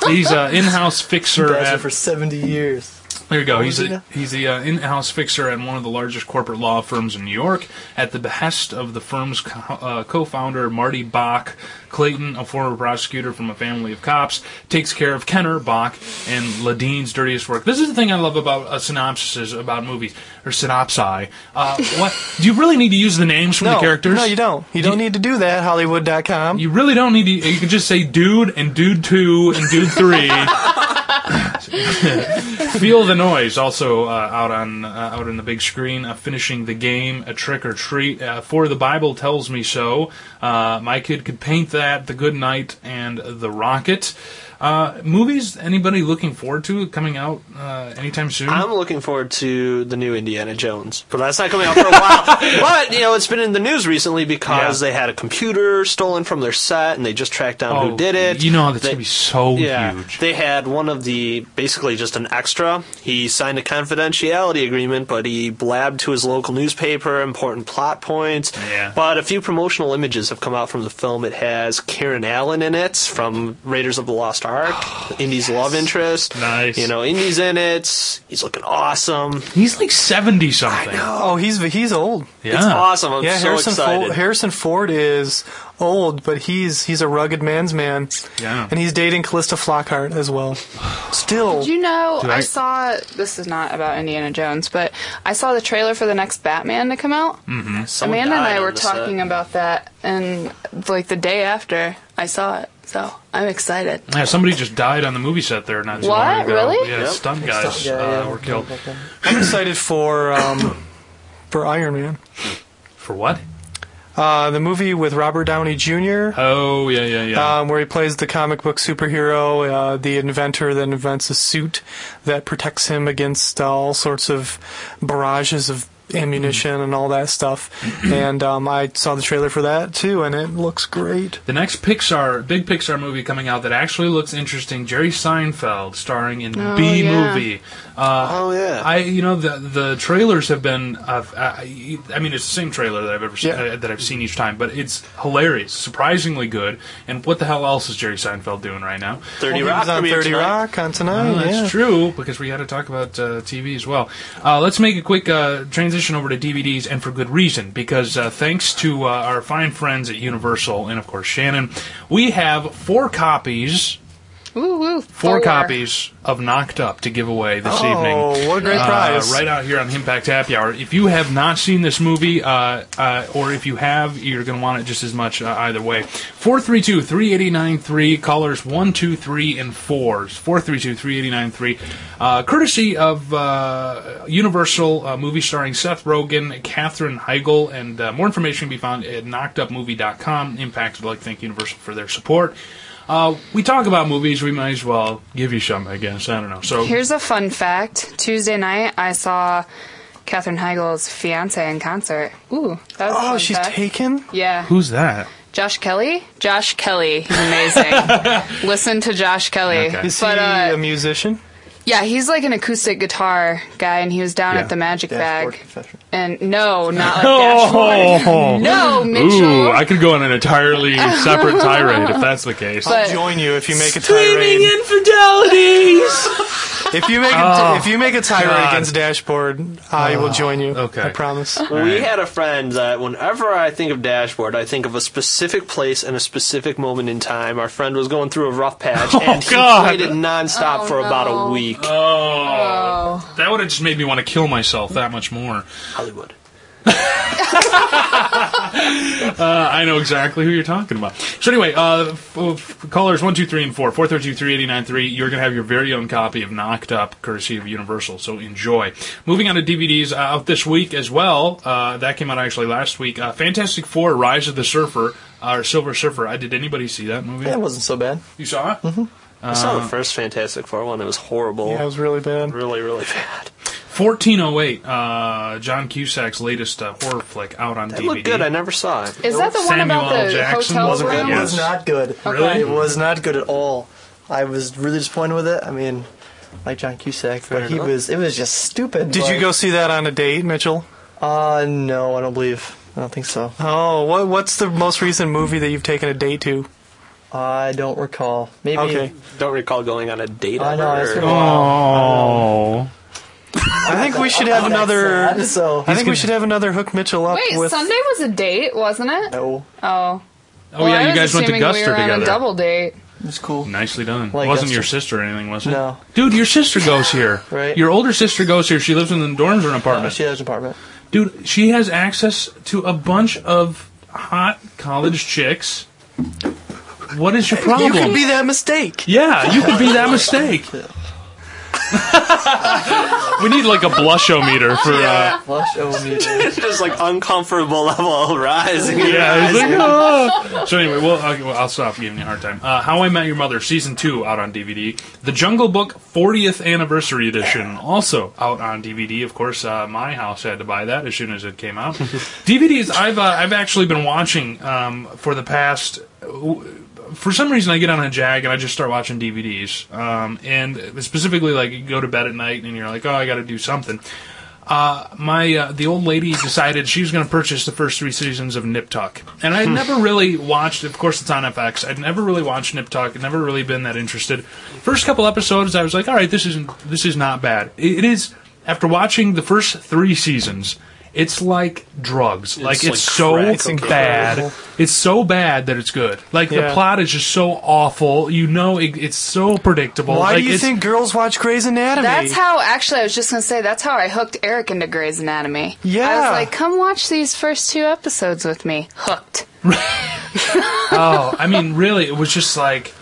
Speaker 3: He's an in-house fixer
Speaker 8: Bachelor
Speaker 3: at
Speaker 8: for seventy years.
Speaker 3: There you go. He's
Speaker 8: it
Speaker 3: a,
Speaker 8: now?
Speaker 3: he's the uh, in-house fixer at one of the largest corporate law firms in New York. At the behest of the firm's co- uh, co-founder Marty Bach, Clayton, a former prosecutor from a family of cops, takes care of Kenner, Bach, and Ladine's dirtiest work. This is the thing I love about uh, synopses about movies or synopsi. Uh, what do you really need to use the names from
Speaker 5: No,
Speaker 3: the characters?
Speaker 5: no, you don't. You don't need to do that. Hollywood.com.
Speaker 3: You really don't need to. You can just say dude and dude two and dude three. Feel the noise. Also uh, out on uh, out in the big screen. Uh, finishing the game. A trick or treat. Uh, For the Bible tells me so. Uh, my kid could paint that. The Good Night and the Rocket. Uh, movies. Anybody looking forward to coming out uh, anytime soon?
Speaker 9: I'm looking forward to the new Indiana Jones, but that's not coming out for a while. but you know, it's been in the news recently because
Speaker 3: Yeah.
Speaker 9: they had a computer stolen from their set, and they just tracked down
Speaker 3: Oh,
Speaker 9: who did it.
Speaker 3: You know that's
Speaker 9: They-
Speaker 3: gonna be so
Speaker 9: yeah,
Speaker 3: huge.
Speaker 9: they had one of the basically just an extra. He signed a confidentiality agreement, but he blabbed to his local newspaper important plot points.
Speaker 3: Yeah.
Speaker 9: But a few promotional images have come out from the film. It has Karen Allen in it from Raiders of the Lost Ark, Indy's love interest.
Speaker 3: Nice.
Speaker 9: You know, Indy's in it. He's looking awesome.
Speaker 3: He's like seventy something.
Speaker 5: Oh, he's he's old.
Speaker 3: Yeah.
Speaker 9: It's awesome. I'm
Speaker 5: yeah,
Speaker 9: so
Speaker 5: Harrison
Speaker 9: excited.
Speaker 5: Ford, Harrison Ford is old, but he's he's a rugged man's man.
Speaker 3: Yeah.
Speaker 5: And he's dating Callista Flockhart as well. Still,
Speaker 6: Did you know
Speaker 3: Did
Speaker 6: I,
Speaker 3: I-
Speaker 6: saw this is not about Indiana Jones, but I saw the trailer for the next Batman to come out. Amanda
Speaker 9: Someone
Speaker 6: and
Speaker 9: died
Speaker 6: I
Speaker 9: on
Speaker 6: were
Speaker 9: the set.
Speaker 6: talking about that, and like the day after I saw it, so I'm excited.
Speaker 3: Yeah, somebody just died on the movie set there not too
Speaker 6: What?
Speaker 3: long ago.
Speaker 6: Really?
Speaker 3: Yeah,
Speaker 9: Yep.
Speaker 3: stunt guys
Speaker 8: Yeah,
Speaker 3: uh,
Speaker 8: yeah.
Speaker 3: were killed.
Speaker 5: I'm excited for um, for Iron Man,
Speaker 3: For what?
Speaker 5: uh, the movie with Robert Downey Jr.
Speaker 3: Oh, yeah, yeah, yeah.
Speaker 5: Um, where he plays the comic book superhero, uh, the inventor that invents a suit that protects him against uh, all sorts of barrages of ammunition and all that stuff. and um, I saw the trailer for that too, and it looks great.
Speaker 3: the next Pixar, big Pixar movie coming out that actually looks interesting, Jerry Seinfeld starring in
Speaker 6: Oh,
Speaker 3: B
Speaker 6: yeah.
Speaker 3: movie.
Speaker 9: Oh yeah.
Speaker 3: I you know the the trailers have been uh, I, I mean it's the same trailer that I've ever seen,
Speaker 5: Yeah.
Speaker 3: uh, that I've seen each time, but it's hilarious, surprisingly good. And what the hell else is Jerry Seinfeld doing right now?
Speaker 9: Thirty
Speaker 5: He
Speaker 9: Rock
Speaker 5: was on
Speaker 9: premiere
Speaker 5: 30
Speaker 9: tonight.
Speaker 5: Rock on tonight.
Speaker 3: Oh, that's
Speaker 5: yeah.
Speaker 3: true because we had to talk about uh, TV as well. Uh, let's make a quick uh, transition over to DVDs, and for good reason. Because uh, thanks to uh, our fine friends at Universal and of course Shannon, we have four copies,
Speaker 6: Woo woo.
Speaker 3: four, copies of Knocked Up to give away this
Speaker 5: Oh,
Speaker 3: evening.
Speaker 5: what a great
Speaker 3: Uh,
Speaker 5: prize!
Speaker 3: right out here on Impact Happy Hour. If you have not seen this movie, uh, uh, or if you have, you're going to want it just as much uh, either way. 432 3893, callers 1, 2, 3, and 4. 432 3893, uh, courtesy of uh, Universal uh, movie starring Seth Rogen, Katherine Heigl, and uh, more information can be found at knockedupmovie.com. Impact would like to thank Universal for their support. Uh, we talk about movies, we might as well give you some, I guess. I don't know. So
Speaker 6: Here's a fun fact: Tuesday night I saw Katherine Heigl's fiance in concert. Ooh, that was a
Speaker 5: Oh,
Speaker 6: fun
Speaker 5: she's
Speaker 6: fact.
Speaker 5: taken.
Speaker 6: Yeah,
Speaker 3: Who's that?
Speaker 6: Josh Kelly. Josh Kelly, he's amazing. Listen to Josh Kelly.
Speaker 3: Okay.
Speaker 5: Is he
Speaker 6: But, uh,
Speaker 5: a musician?
Speaker 6: Yeah, he's like an acoustic guitar guy, and he was down
Speaker 7: Yeah.
Speaker 6: at the Magic
Speaker 8: Dashboard
Speaker 6: Bag.
Speaker 8: confession.
Speaker 6: And no, not like
Speaker 5: Oh.
Speaker 6: Dashboard. No, Mitchell.
Speaker 3: Oh. Ooh, I could go on an entirely separate tirade if that's the case.
Speaker 6: But-
Speaker 5: I'll join you if you make a tirade.
Speaker 9: infidelities.
Speaker 5: If you make a, if you make a tirade
Speaker 3: Oh, God. Oh,
Speaker 5: against Dashboard, I will join you.
Speaker 3: okay.
Speaker 5: I promise.
Speaker 9: we had a friend that whenever I think of dashboard, I think of a specific place and a specific moment in time. Our friend was going through a rough patch, and he
Speaker 3: Oh, God. Uh,
Speaker 9: played it nonstop
Speaker 6: Oh,
Speaker 9: for about
Speaker 6: no.
Speaker 9: a week.
Speaker 6: Oh.
Speaker 3: that would have just made me want to kill myself that much more.
Speaker 9: Hollywood.
Speaker 3: Uh, I know exactly who you're talking about. So anyway, uh, f- f- callers one, two, three, and four, four, three, two, three, eighty, nine, three. You're gonna have your very own copy of Knocked Up, courtesy of Universal. So enjoy. Moving on to DVDs uh, out this week as well. Uh, that came out actually last week. Uh, Fantastic Four: Rise of the Surfer or Silver Surfer. I did anybody see that movie?
Speaker 8: That wasn't so bad. Mm-hmm.
Speaker 3: You saw it?
Speaker 9: I saw
Speaker 3: uh,
Speaker 9: the first Fantastic Four one. It was horrible.
Speaker 5: That was really bad.
Speaker 9: really, really bad.
Speaker 3: 1408, uh, John Cusack's latest uh, horror flick out on
Speaker 9: It
Speaker 3: DVD.
Speaker 9: looked good. I never saw it.
Speaker 6: Is that the one
Speaker 3: Samuel
Speaker 6: about
Speaker 3: L.
Speaker 6: the
Speaker 3: Jackson
Speaker 6: hotel
Speaker 3: wasn't
Speaker 6: room?
Speaker 3: good.
Speaker 8: It
Speaker 3: Yes.
Speaker 8: was not good.
Speaker 3: Really?
Speaker 8: It was not good at all. I was really disappointed with it. I mean, like John Cusack, but he
Speaker 9: enough.
Speaker 8: was. It was just stupid.
Speaker 5: Did you
Speaker 8: like-
Speaker 5: go see that on a date, Mitchell?
Speaker 8: Uh, no, I don't believe. I don't think so.
Speaker 5: Oh, what what's the most recent movie that you've taken a date to?
Speaker 8: I don't recall. Maybe.
Speaker 5: Okay.
Speaker 9: Don't recall going on a date.
Speaker 8: I know.
Speaker 9: ever.
Speaker 8: It's been a while.
Speaker 3: Oh.
Speaker 5: I think we should have another.
Speaker 8: So.
Speaker 5: I think we should have another hook Mitchell up
Speaker 6: Wait,
Speaker 5: with.
Speaker 6: Sunday was a date, wasn't it?
Speaker 8: No,
Speaker 6: Oh.
Speaker 3: Oh,
Speaker 6: Well, I
Speaker 3: yeah, you
Speaker 6: was
Speaker 3: guys went to
Speaker 6: assuming we
Speaker 3: Guster
Speaker 6: were
Speaker 3: together.
Speaker 6: On a double date.
Speaker 8: it's cool.
Speaker 3: Nicely done.
Speaker 8: Like
Speaker 3: Wasn't
Speaker 8: Guster.
Speaker 3: your sister or anything, was it?
Speaker 8: No.
Speaker 3: Dude, your sister goes here.
Speaker 8: Right.
Speaker 3: Your older sister goes here. She lives in the dorms or an
Speaker 10: Oh,
Speaker 3: apartment.
Speaker 8: She has an apartment.
Speaker 3: Dude, she has access to a bunch of hot college chicks. What is your problem?
Speaker 5: you could be that mistake.
Speaker 3: yeah, you could be that mistake. we need like a blushometer for. Uh,
Speaker 8: Flush over me.
Speaker 9: just like uncomfortable level rising.
Speaker 3: Yeah, I was like, "Ah." So anyway, well, okay, well, I'll stop giving you a hard time. Uh, How I Met Your Mother, season two, out on DVD. The Jungle Book 40th anniversary edition, also out on DVD. Of course, uh, my house had to buy that as soon as it came out. DVDs I've uh, I've actually been watching um, for the past. For some reason, I get on a jag and I just start watching DVDs. Um, and specifically, like you go to bed at night and you're like, oh, I got to do something my uh, the old lady decided she was going to purchase the first three seasons of Nip Tuck, and I
Speaker 9: Hmm.
Speaker 3: had never really watched. Of course, it's on FX. I'd never really watched Nip Tuck. I'd never really been that interested. First couple episodes, I was like, "All right, this isn't this is not bad." It- it is after watching the first three seasons. It's like drugs. like it's
Speaker 9: like
Speaker 3: so
Speaker 9: crack. It's
Speaker 3: bad. It's so bad that it's good. Like the
Speaker 5: Yeah.
Speaker 3: plot is just so awful. You know, it, it's so predictable.
Speaker 5: Why
Speaker 3: like,
Speaker 5: do you
Speaker 3: it's-
Speaker 5: think girls watch Grey's Anatomy?
Speaker 6: That's how, actually, I was just going to say, that's how I hooked Eric into Grey's Anatomy. I
Speaker 5: Yeah.
Speaker 6: was like, come watch these first two episodes with me. Hooked.
Speaker 3: Oh, I mean, really, it was just like.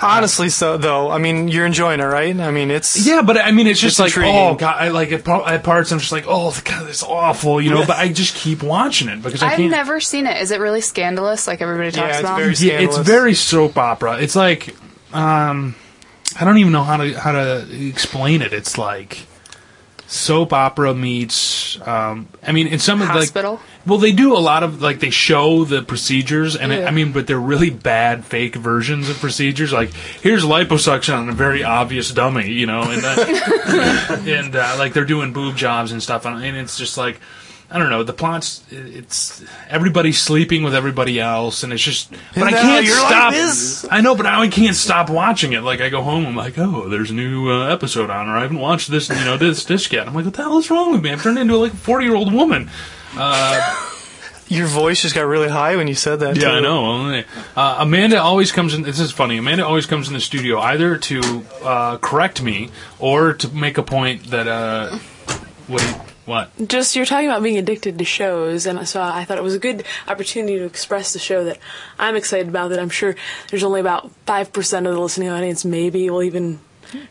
Speaker 5: Honestly, so though, I mean, you're enjoying it, right? I mean, it's
Speaker 3: Yeah, but I mean, it's just
Speaker 5: It's
Speaker 3: like
Speaker 5: intriguing.
Speaker 3: oh god, I like at, par- at parts I'm just like oh god, it's awful, you know. But I just keep watching it because I
Speaker 6: I've
Speaker 3: can't.
Speaker 6: never seen it. Is it really scandalous, like everybody
Speaker 5: yeah,
Speaker 6: talks
Speaker 5: it's
Speaker 6: about?
Speaker 5: very
Speaker 3: yeah,
Speaker 5: scandalous.
Speaker 3: it's very soap opera. It's like um, I don't even know how to how to explain it. It's like soap opera meets. Um, I mean, in some of
Speaker 6: Hospital?
Speaker 3: like well, they do a lot of like they show the procedures, and it, I mean, but they're really bad fake versions of procedures. Like here's liposuction on a very obvious dummy, you know, and uh, and uh, like they're doing boob jobs and stuff, and and it's just like. I don't know. The plot's it's everybody's sleeping with everybody else, and it's just. But I
Speaker 5: that
Speaker 3: can't
Speaker 5: how your life
Speaker 3: stop.
Speaker 5: is?
Speaker 3: I know, but I can't stop watching it. Like I go home, I'm like, oh, there's a new uh, episode on, or I haven't watched this, you know, this disc yet. I'm like, what the hell is wrong with me? I've turned into like a 40 year old woman.
Speaker 5: Your voice just got really high when you said that.
Speaker 3: Yeah,
Speaker 5: too.
Speaker 3: I know. Uh, Amanda always comes in. This is funny. Amanda always comes in the studio either to uh, correct me or to make a point that. Uh, what? do you- What?
Speaker 10: Just you're talking about being addicted to shows, and so I thought it was a good opportunity to express the show that I'm excited about. That I'm sure there's only about five percent of the listening audience maybe will even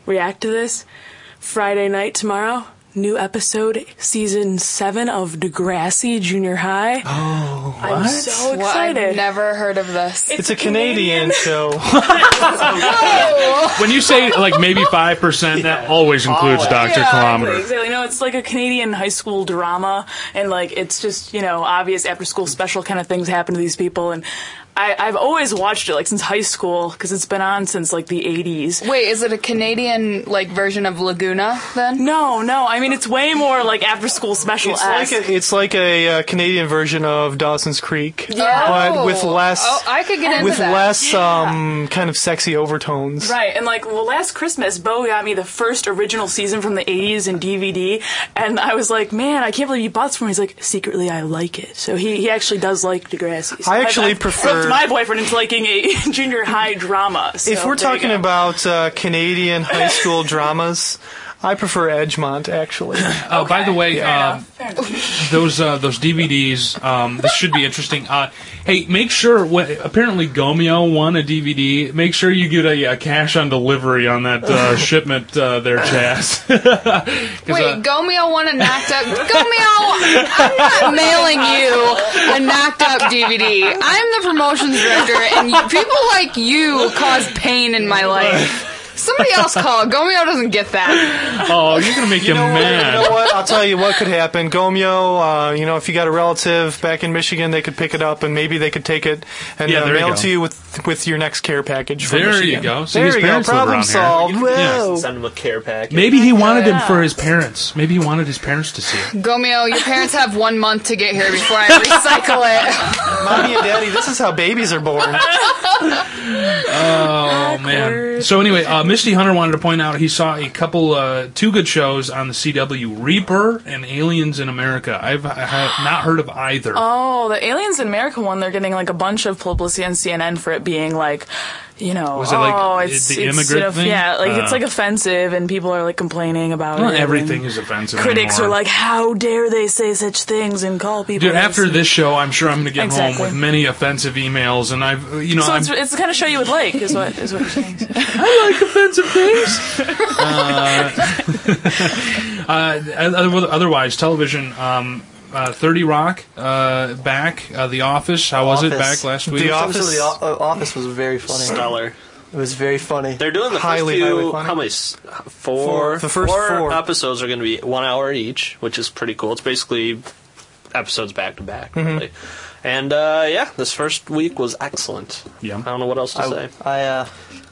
Speaker 10: react to this. Friday night tomorrow, new episode, season seven of DeGrassi Junior High. Oh, I'm so
Speaker 6: Well, I've
Speaker 10: excited!
Speaker 6: never heard of this.
Speaker 5: It's a Canadian show.
Speaker 3: When you say like maybe five percent, that always includes Doctor
Speaker 10: Yeah,
Speaker 3: Kilometer.
Speaker 10: Exactly. No, it's like a Canadian high school drama, and like it's just you know obvious after school special kind of things happen to these people, and I, I've always watched it like since high school because it's been on since like the 80s.
Speaker 6: Wait, is it a Canadian like version of Laguna then?
Speaker 10: No, no. I mean, it's way more like after school special.
Speaker 5: It's like a, it's like a uh, Canadian version of Dawson's Creek, but with less
Speaker 6: Oh, I could get into
Speaker 5: with
Speaker 6: that.
Speaker 5: less um, kind of sexy overtones.
Speaker 10: Right, and like, well, last Christmas, Bo got me the first original season from the 80s in DVD, and I was like, man, I can't believe he bought this for me. He's like, secretly, I like it. So he, he actually does like Degrassi. So
Speaker 5: I actually
Speaker 10: I've
Speaker 5: prefer-
Speaker 10: roped my boyfriend into liking a junior high drama. So
Speaker 5: if we're
Speaker 10: there you
Speaker 5: talking
Speaker 10: go.
Speaker 5: about uh, Canadian high school dramas, I prefer Edgemont actually.
Speaker 3: Oh, by the way,
Speaker 10: Fair
Speaker 3: uh,
Speaker 10: enough, fair enough.
Speaker 3: those uh, those DVDs. Um, this should be interesting. Uh, hey, make sure. wh- apparently, Gomeo won a DVD. Make sure you get a, uh cash on delivery on that uh, shipment uh, there, Chaz. 'Cause,
Speaker 6: Wait,
Speaker 3: uh,
Speaker 6: Gomeo won a knocked up. Gomeo, I'm not mailing you a knocked up DVD. I'm the promotions director, and you, people like you cause pain in my life. Somebody else call. Gomeo doesn't get that.
Speaker 3: oh, you're gonna make him
Speaker 5: know what-
Speaker 3: mad.
Speaker 5: You know what? I'll tell you what could happen. Gomeo, uh, you know, if you got a relative back in Michigan, they could pick it up and maybe they could take it and
Speaker 3: Yeah,
Speaker 5: uh,
Speaker 3: there you
Speaker 5: mail it
Speaker 3: go.
Speaker 5: to you with with your next care package. From
Speaker 3: There you
Speaker 5: Michigan.
Speaker 3: go. See, his
Speaker 5: there you go.
Speaker 3: parents live
Speaker 5: Problem
Speaker 3: around here.
Speaker 5: solved. Whoa.
Speaker 4: Send him a care package.
Speaker 3: Maybe he wanted him for his parents. Maybe he wanted his parents to see it.
Speaker 6: Gomeo, your parents have one month to get here before I recycle it.
Speaker 5: Mommy and daddy, this is how babies are born.
Speaker 3: Oh man! So anyway, uh, Misty Hunter wanted to point out he saw a couple, uh, two good shows on the CW: Reaper and Aliens in America. I've I have not heard of either.
Speaker 10: Oh, the Aliens in America one, they're getting like a bunch of publicity on CNN for it being like, you know,
Speaker 3: Was it, like,
Speaker 10: oh,
Speaker 3: i-
Speaker 10: it's,
Speaker 3: the
Speaker 10: it's,
Speaker 3: immigrant
Speaker 10: you know,
Speaker 3: thing?
Speaker 10: Yeah, like it's
Speaker 3: Uh.
Speaker 10: like offensive and people are like complaining about
Speaker 3: Not
Speaker 10: it.
Speaker 3: everything
Speaker 10: and
Speaker 3: is offensive.
Speaker 10: Critics
Speaker 3: anymore.
Speaker 10: are like, how dare they say such things and call people.
Speaker 3: Dude, after
Speaker 10: racist."
Speaker 3: this show, I'm sure I'm going to get home
Speaker 10: Exactly.
Speaker 3: with many offensive emails, and I've, you know,
Speaker 10: So
Speaker 3: I'm
Speaker 10: it's, it's the kind of show you would like, is what is what you're saying.
Speaker 3: offensive things. uh, uh, otherwise, television. Um, uh, Thirty Rock, uh, back. Uh, the Office. How was it
Speaker 8: Office.
Speaker 3: back last week?
Speaker 5: The Office.
Speaker 8: The o- uh, office was very funny.
Speaker 4: stellar.
Speaker 8: It was very funny.
Speaker 4: They're doing the
Speaker 5: Highly,
Speaker 4: first
Speaker 5: highly
Speaker 4: few.
Speaker 5: funny.
Speaker 4: how many? s- Four.
Speaker 5: The first four.
Speaker 4: episodes are going to be one hour each, which is pretty cool. It's basically episodes back to back, really. And uh, yeah, this first week was excellent.
Speaker 3: Yeah.
Speaker 4: I don't know what else to say.
Speaker 8: I, uh,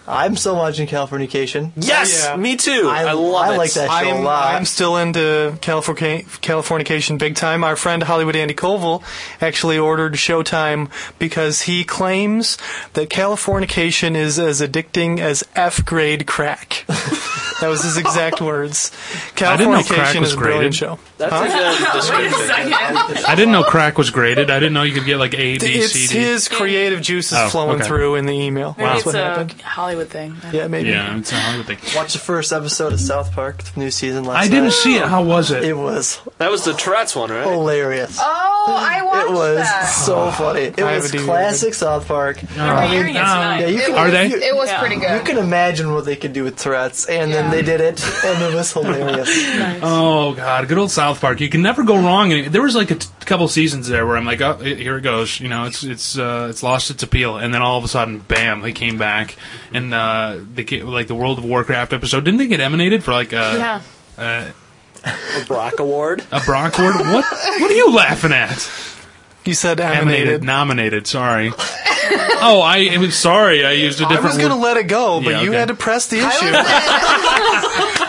Speaker 8: I'm still watching Californication.
Speaker 4: Yes,
Speaker 5: Yeah.
Speaker 4: me too.
Speaker 8: I,
Speaker 4: I, love
Speaker 8: I
Speaker 4: it.
Speaker 8: like that show a
Speaker 5: I'm,
Speaker 8: lot.
Speaker 5: I'm still into California, Californication big time. Our friend Hollywood Andy Koval actually ordered Showtime because he claims that Californication is as addicting as F grade crack. that was his exact words.
Speaker 3: I didn't know
Speaker 5: Californication
Speaker 3: crack was
Speaker 5: is a brilliant
Speaker 3: graded.
Speaker 5: show.
Speaker 4: That's a good description.
Speaker 3: I didn't know crack was graded. I didn't know you could get like A, B,
Speaker 5: It's
Speaker 3: C, D.
Speaker 5: his creative juices
Speaker 3: Oh,
Speaker 5: flowing
Speaker 3: okay.
Speaker 5: through in the email.
Speaker 10: Maybe
Speaker 5: That's
Speaker 10: it's
Speaker 5: what
Speaker 10: a
Speaker 5: happened.
Speaker 10: Hollywood thing.
Speaker 5: Yeah, maybe.
Speaker 3: Yeah, it's a Hollywood thing.
Speaker 8: Watched the first episode of South Park, the new season last
Speaker 3: I didn't
Speaker 8: night.
Speaker 3: see it. How was it?
Speaker 8: It was
Speaker 4: That was the Tourette's one, right?
Speaker 8: hilarious.
Speaker 6: Oh, I watched
Speaker 8: it was
Speaker 6: that.
Speaker 8: so funny. It
Speaker 5: I have
Speaker 8: was
Speaker 5: a DVD.
Speaker 8: classic South Park.
Speaker 3: Uh,
Speaker 10: hearing it's not.
Speaker 8: Yeah, you
Speaker 6: It
Speaker 8: can,
Speaker 3: Are
Speaker 6: was,
Speaker 3: they?
Speaker 6: It was
Speaker 10: Yeah.
Speaker 6: pretty
Speaker 8: You
Speaker 6: good.
Speaker 8: can imagine what they could do with Tourette's, and
Speaker 6: Yeah.
Speaker 8: then they did it, and it was hilarious.
Speaker 3: Oh God, good old South Park. You can never go wrong. And there was like a t- couple seasons there where I'm like, oh, it- here it goes. You know, it's it's uh, it's lost its appeal, and then all of a sudden, bam, they came back, and uh, they ca- like the World of Warcraft episode. Didn't they get emanated for like a
Speaker 10: Yeah.
Speaker 4: The Brock Award.
Speaker 3: a Bronc Award? What what are you laughing at?
Speaker 5: You said
Speaker 3: Emanated,
Speaker 5: animated.
Speaker 3: nominated. Sorry. oh, I am sorry. I used a
Speaker 5: I
Speaker 3: different.
Speaker 5: was going to
Speaker 3: word.
Speaker 5: let it go, but
Speaker 3: Yeah,
Speaker 5: you
Speaker 3: okay.
Speaker 5: had to press the
Speaker 6: I
Speaker 5: issue.
Speaker 6: was in-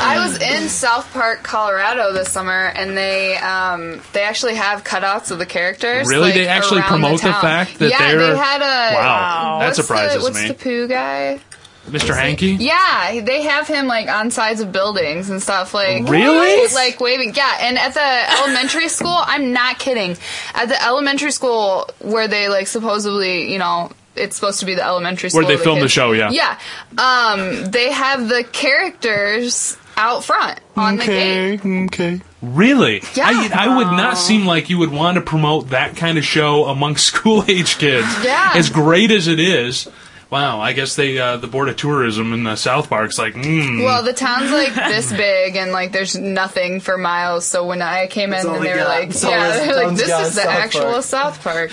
Speaker 6: I was in South Park, Colorado this summer, and they um, they actually have cutouts of the characters.
Speaker 3: Really?
Speaker 6: like,
Speaker 3: they actually
Speaker 6: around
Speaker 3: promote the,
Speaker 6: town.
Speaker 3: fact that
Speaker 6: yeah,
Speaker 3: they're.
Speaker 6: they had a uh,
Speaker 3: wow, that
Speaker 6: what's the-
Speaker 3: surprises
Speaker 6: what's
Speaker 3: me.
Speaker 6: the poo guy?
Speaker 3: Mr. Hanky.
Speaker 6: Yeah, they have him like on sides of buildings and stuff like
Speaker 3: Really?
Speaker 6: like waving. Yeah, and at the elementary school, I'm not kidding. At the elementary school where they like supposedly, you know, it's supposed to be the elementary school
Speaker 3: Where they
Speaker 6: of
Speaker 3: film the
Speaker 6: kids.
Speaker 3: show, yeah.
Speaker 6: Yeah. Um they have the characters out front on the gate.
Speaker 5: okay, okay.
Speaker 3: Really?
Speaker 6: Yeah.
Speaker 3: I, I would not seem like you would want to promote that kind of show among school age kids.
Speaker 6: Yeah.
Speaker 3: As great as it is. Wow, I guess they uh, the board of tourism in the South Park's like, mm,
Speaker 6: Well, the town's like this big, and like there's nothing for miles. So when I came in,
Speaker 8: all
Speaker 6: and
Speaker 8: they
Speaker 6: they were
Speaker 8: got.
Speaker 6: like,
Speaker 8: It's all
Speaker 6: "Yeah,
Speaker 8: this
Speaker 6: they're like
Speaker 8: town's
Speaker 6: this
Speaker 8: got
Speaker 6: is the
Speaker 8: South
Speaker 6: actual
Speaker 8: Park.
Speaker 6: South Park."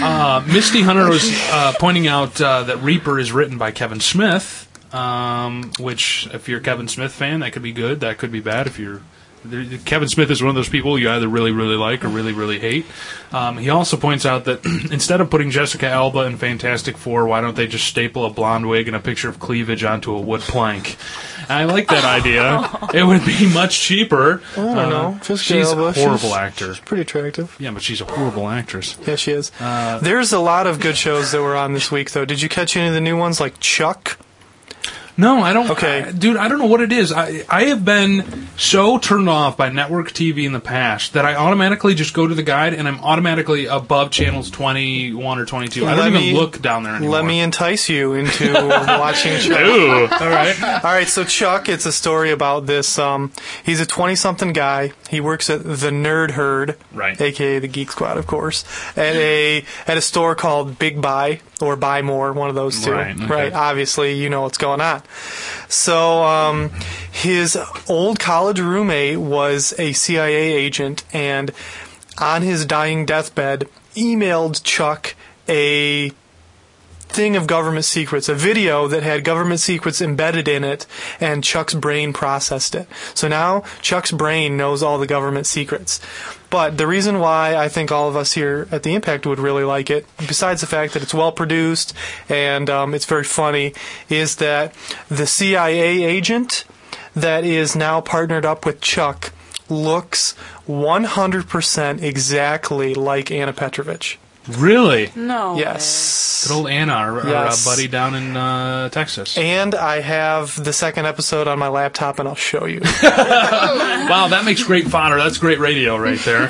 Speaker 3: uh, Misty
Speaker 5: Oh,
Speaker 3: Hunter was uh, pointing out uh, that Reaper is written by Kevin Smith, um, which if you're a Kevin Smith fan, that could be good, that could be bad. If you're there- Kevin Smith is one of those people you either really, really like or really, really hate. Um, he also points out that instead of putting Jessica Alba in Fantastic Four, why don't they just staple a blonde wig and a picture of cleavage onto a wood plank? I like that idea. It would be much cheaper.
Speaker 5: I don't
Speaker 3: Uh,
Speaker 5: know. Just
Speaker 3: she's
Speaker 5: Alba,
Speaker 3: a horrible
Speaker 5: she's-
Speaker 3: actor.
Speaker 5: She's pretty attractive.
Speaker 3: Yeah, but she's a horrible actress.
Speaker 5: Yeah, she is. There's a lot of good shows that were on this week, though. Did you catch any of the new ones, like Chuck?
Speaker 3: No, I don't.
Speaker 5: Okay.
Speaker 3: I- dude, I don't know what it is. I I have been so turned off by network TV in the past that I automatically just go to the guide and I'm automatically above channels twenty one or twenty two. I don't
Speaker 5: Let
Speaker 3: even
Speaker 5: me-
Speaker 3: look down there anymore.
Speaker 5: Let me entice you into watching Chuck.
Speaker 3: All right.
Speaker 5: All right, so Chuck, it's a story about this. Um, he's a 20 something guy. He works at the Nerd Herd,
Speaker 3: Right.
Speaker 5: aka the Geek Squad, of course, at a at a store called Big Buy or Buy More, one of those two.
Speaker 3: Right, okay.
Speaker 5: obviously, you know what's going on. So um, his old college roommate was a CIA agent, and on his dying deathbed, emailed Chuck a thing of government secrets, a video that had government secrets embedded in it, and Chuck's brain processed it. So now Chuck's brain knows all the government secrets. But the reason why I think all of us here at the Impact would really like it, besides the fact that it's well produced and um, it's very funny, is that the CIA agent that is now partnered up with Chuck looks 100% exactly like Anna Petrovich.
Speaker 3: Really?
Speaker 10: No. way.
Speaker 5: Yes.
Speaker 3: Good old Anna, our, our, uh,
Speaker 5: Yes.
Speaker 3: buddy down in uh, Texas.
Speaker 5: And I have the second episode on my laptop, and I'll show you.
Speaker 3: Wow, that makes great fodder. That's great radio right there. Uh,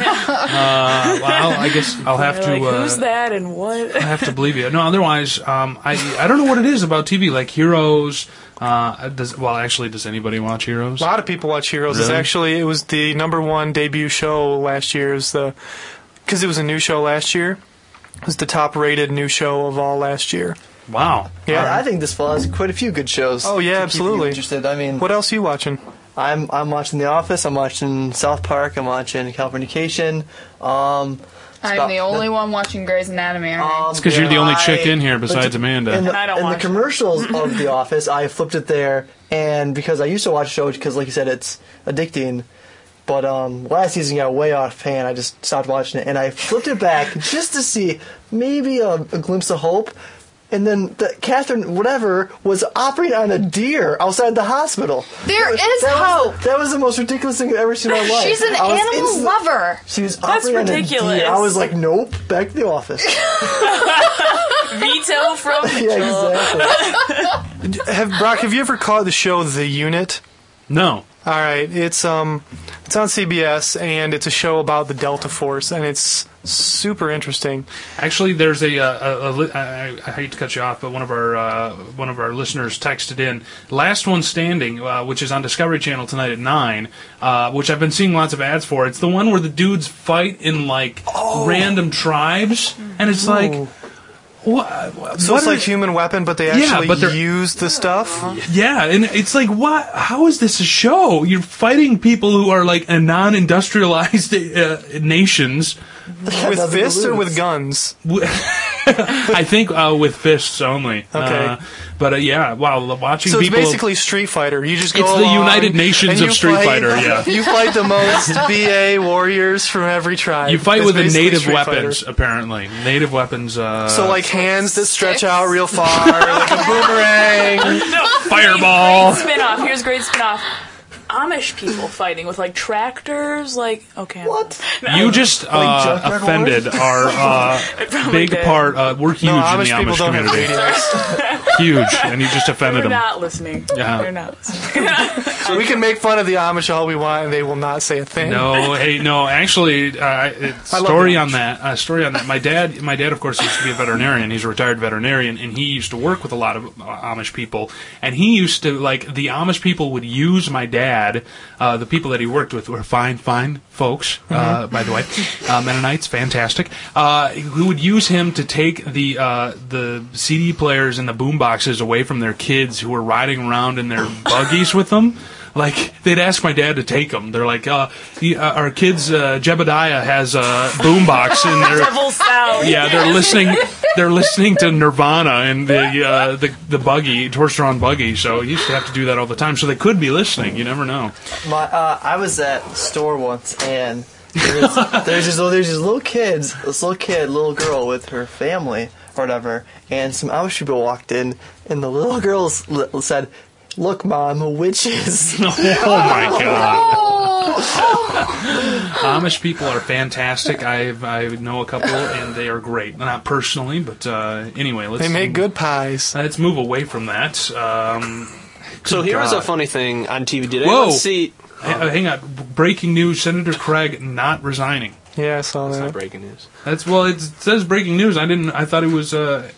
Speaker 3: well, I guess I'll have to.
Speaker 10: Like,
Speaker 3: uh,
Speaker 10: who's that and what?
Speaker 3: I have to believe you. No, otherwise, um, I I don't know what it is about TV. Like Heroes, uh, does well actually does anybody watch Heroes?
Speaker 5: a lot of people watch Heroes. It's
Speaker 3: Really?
Speaker 5: actually it was the number one debut show last year. Is the because it was a new show last year. It was the top rated new show of all last year.
Speaker 3: Wow.
Speaker 5: Yeah.
Speaker 8: I, I think this fall has quite a few good shows.
Speaker 5: Oh, yeah,
Speaker 8: to keep you
Speaker 5: absolutely.
Speaker 8: Interested. I mean,
Speaker 5: What else are you watching?
Speaker 8: I'm I'm watching The Office. I'm watching South Park. I'm watching Californication. Um,
Speaker 6: I'm the only one watching Grey's Anatomy.
Speaker 8: Oh,
Speaker 6: aren't I?
Speaker 3: It's because you're the only chick in here besides Amanda.
Speaker 8: In the,
Speaker 10: And I don't
Speaker 8: in the
Speaker 10: watch it.
Speaker 8: commercials of The Office, I flipped it there, and because I used to watch the show, because like you said, it's addicting. But um, last season got way off hand. I just stopped watching it, and I flipped it back just to see maybe a, a glimpse of hope. And then the, Catherine, whatever, was operating on a deer outside the hospital.
Speaker 6: There
Speaker 8: That
Speaker 6: is
Speaker 8: was-
Speaker 6: hope.
Speaker 8: that was the most ridiculous thing I've ever seen in my life.
Speaker 6: She's an
Speaker 8: I was
Speaker 6: animal
Speaker 8: instant-
Speaker 6: lover.
Speaker 8: She was operating on a
Speaker 10: ridiculous.
Speaker 8: deer. I was like, nope, back to the office.
Speaker 10: Veto from
Speaker 8: yeah, exactly.
Speaker 5: Have Brock? Have you ever caught the show The Unit?
Speaker 3: No.
Speaker 5: All right, it's um, it's on CBS, and it's a show about the Delta Force, and it's super interesting.
Speaker 3: Actually, there's a, uh, a, a li- I, I- I hate to cut you off, but one of our uh, one of our listeners texted in last one standing, uh, which is on Discovery Channel tonight at nine, uh, which I've been seeing lots of ads for. It's the one where the dudes fight in like random tribes, and it's like, what?
Speaker 5: So it's like Human Weapon, but they
Speaker 3: Yeah,
Speaker 5: actually
Speaker 3: but they're-
Speaker 5: use the stuff.
Speaker 3: Yeah, and it's like, what? How is this a show? You're fighting people who are like a non-industrialized uh, nations.
Speaker 5: with
Speaker 8: Nothing to
Speaker 5: fists or with
Speaker 8: lose.
Speaker 5: guns?
Speaker 3: I think uh, with fists only.
Speaker 5: Okay.
Speaker 3: Uh, but uh, yeah, wow, l- watching
Speaker 5: So it's
Speaker 3: people.
Speaker 5: basically Street Fighter. You just go.
Speaker 3: It's the
Speaker 5: along
Speaker 3: United Nations
Speaker 5: and
Speaker 3: of
Speaker 5: you
Speaker 3: Street
Speaker 5: fight-
Speaker 3: Fighter, yeah.
Speaker 5: you fight the most BA warriors from every tribe.
Speaker 3: you fight
Speaker 5: It's
Speaker 3: with the
Speaker 5: basically
Speaker 3: native
Speaker 5: Street Fighter.
Speaker 3: weapons, apparently. Native weapons. Uh,
Speaker 5: So like hands that stretch
Speaker 6: Sticks.
Speaker 5: out real far, like a boomerang.
Speaker 3: fireball.
Speaker 10: Great spinoff. Here's a great spinoff. Amish people fighting with like tractors, like okay. What?
Speaker 3: You just uh,
Speaker 8: junkyard
Speaker 3: offended our uh, big
Speaker 10: did.
Speaker 3: part. Uh, we're huge
Speaker 5: No,
Speaker 3: in
Speaker 5: Amish
Speaker 3: the
Speaker 5: people
Speaker 3: Amish
Speaker 5: don't have
Speaker 3: community.
Speaker 5: radios.
Speaker 3: huge, and you just offended
Speaker 10: They're
Speaker 3: them.
Speaker 10: not listening.
Speaker 3: Yeah.
Speaker 10: They're not. listening.
Speaker 5: So we can make fun of the Amish all we want, and they will not say a thing.
Speaker 3: No, hey, no. Actually, uh, it-
Speaker 5: I love
Speaker 3: story
Speaker 5: the
Speaker 3: on that. Uh, story on that. My dad, my dad, of course, used to be a veterinarian. He's a retired veterinarian, and he used to work with a lot of uh, Amish people. And he used to like the Amish people would use my dad. Uh, the people that he worked with were fine, fine folks, uh,
Speaker 5: Mm-hmm.
Speaker 3: by the way, uh, Mennonites, fantastic. Uh, who would use him to take the uh, the CD players and the boom boxes away from their kids who were riding around in their buggies with them like they'd ask my dad to take them. They're like, uh, the, uh, our kids, uh, Jebediah has a boombox in their
Speaker 10: Devil sound.
Speaker 3: yeah. They're listening. they're listening to Nirvana and the uh, the the buggy torture on buggy. So you used to have to do that all the time. So they could be listening. You never know.
Speaker 8: My, uh, I was at the store once, and there's there's this little, there's these little kids, this little kid, little girl with her family or whatever, and some Amish people walked in, and the little girl s- li- said, "Look, mom, witches."
Speaker 3: Oh my god! Amish people are fantastic. I I know a couple, and they are great. Not personally, but uh, anyway, let's
Speaker 5: They make good pies.
Speaker 3: Let's move away from that. Um,
Speaker 9: So here was a
Speaker 3: God.
Speaker 9: funny thing on TV. Did anyone
Speaker 3: Whoa.
Speaker 9: see?
Speaker 3: h- Uh, hang on. Breaking news: Senator Craig not resigning.
Speaker 5: Yeah, I saw
Speaker 9: It's not
Speaker 5: that.
Speaker 9: breaking news.
Speaker 3: That's well. It says breaking news. I didn't. I thought it was. Uh,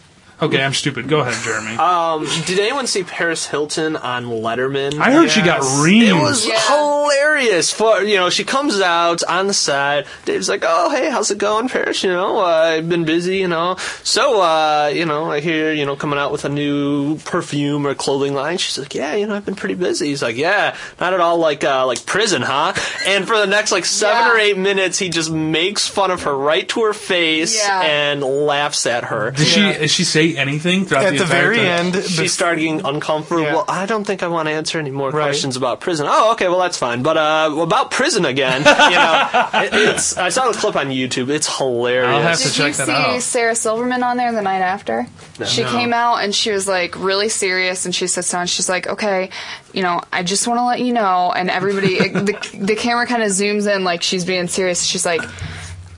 Speaker 3: okay, I'm stupid. Go ahead, Jeremy.
Speaker 5: Uh,
Speaker 9: Did anyone see Paris Hilton on Letterman?
Speaker 3: I heard she got reamed.
Speaker 9: It was
Speaker 6: Yeah.
Speaker 9: hilarious. For you know, she comes out on the side. Dave's like, "Oh, hey, how's it going, Paris? You know, uh, I've been busy. You know, so uh, you know, I hear you know coming out with a new perfume or clothing line." She's like, "Yeah, you know, I've been pretty busy." He's like, "Yeah, not at all like uh, like prison, huh?" And for the next like seven
Speaker 6: Yeah.
Speaker 9: or eight minutes, he just makes fun of her right to her face
Speaker 6: Yeah.
Speaker 9: and laughs at her.
Speaker 3: did she? Did she say anything throughout
Speaker 5: At the
Speaker 3: entire
Speaker 5: very
Speaker 3: time?
Speaker 5: end,
Speaker 9: She
Speaker 5: the-
Speaker 9: started getting uncomfortable.
Speaker 5: Yeah.
Speaker 9: Well, I don't think I want to answer any more
Speaker 5: Right.
Speaker 9: questions about prison. Oh, okay, well that's fine. But uh, about prison again, you know, it, it's, I saw the clip on YouTube. It's
Speaker 3: I'll have
Speaker 9: hilarious.
Speaker 3: to
Speaker 6: Did
Speaker 3: check
Speaker 6: you
Speaker 3: that
Speaker 6: see
Speaker 3: out.
Speaker 6: Sarah Silverman on there the night after? She came out and she was like really serious, and she sits down. She's like, "Okay, you know, I just want to let you know." And everybody, it- the, the camera kind of zooms in, like she's being serious. She's like.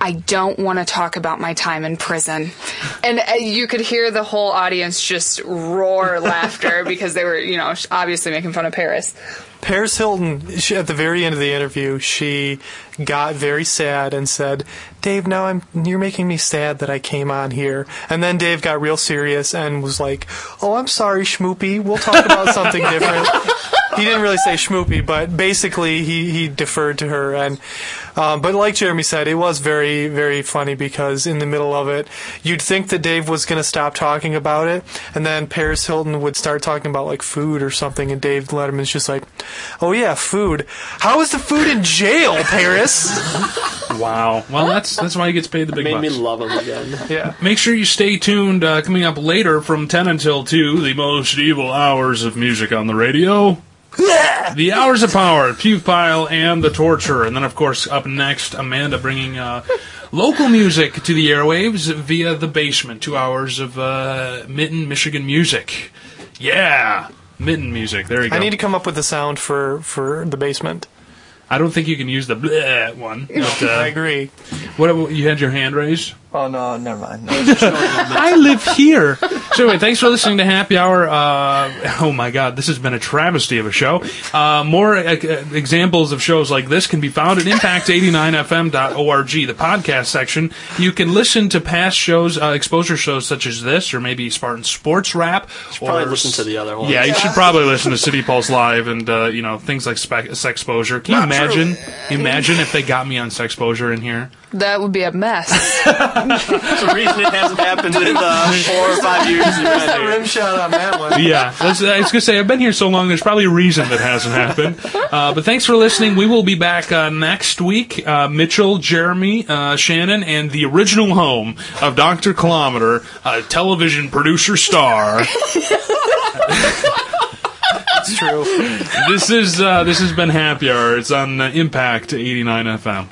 Speaker 6: I don't want to talk about my time in prison, and uh, you could hear the whole audience just roar laughter because they were, you know, obviously making fun of Paris.
Speaker 5: Paris Hilton, she, at the very end of the interview, she got very sad and said, "Dave, now I'm you're making me sad that I came on here." And then Dave got real serious and was like, "Oh, I'm sorry, Schmoopy. We'll talk about something different." He didn't really say Schmoopy, but basically he, he deferred to her. And um, but like Jeremy said, it was very very funny because in the middle of it, you'd think that Dave was going to stop talking about it, and then Paris Hilton would start talking about like food or something, and Dave Letterman's just like, "Oh yeah, food. How is the food in jail, Paris?"
Speaker 3: Wow. Well, that's that's why he gets paid the big
Speaker 9: Made me
Speaker 3: bucks.
Speaker 9: love him again.
Speaker 5: yeah.
Speaker 3: Make sure you stay tuned. Uh, coming up later from 10 until 2, the most evil hours of music on the radio. the Hours of Power, Pewpile, and The Torture. And then, of course, up next, Amanda bringing uh, local music to the airwaves via The Basement. Two hours of uh, Mitten, Michigan music. Yeah! Mitten music. There you go.
Speaker 5: I need to come up with a sound for for the basement.
Speaker 3: I don't think you can use the bleh one. But,
Speaker 5: I
Speaker 3: uh,
Speaker 5: agree.
Speaker 3: what, you had your hand raised?
Speaker 8: oh no, never mind. No.
Speaker 3: I live here. So anyway, thanks for listening to Happy Hour. Uh, oh my God, this has been a travesty of a show. Uh, more uh, examples of shows like this can be found at impact89fm.org, the podcast section. You can listen to past shows, uh, exposure shows such as this, or maybe Spartan Sports Rap.
Speaker 9: Probably
Speaker 3: or
Speaker 9: listen to the other one.
Speaker 3: yeah, you should probably listen to City Pulse Live and uh, you know things like spec- Sexposure. Can you imagine? Imagine if they got me on Sexposure in here.
Speaker 6: That would be a mess.
Speaker 9: That's the reason it hasn't happened in the four or five years. You've been here.
Speaker 5: Rim shot on that one.
Speaker 3: yeah, that's, I was gonna say I've been here so long. There's probably a reason that hasn't happened. Uh, but thanks for listening. We will be back uh, next week. Uh, Mitchell, Jeremy, uh, Shannon, and the original home of Doctor Kilometer, uh, television producer star.
Speaker 5: It's true.
Speaker 3: this is uh, this has been Happy Hour. It's on uh, Impact 89 FM.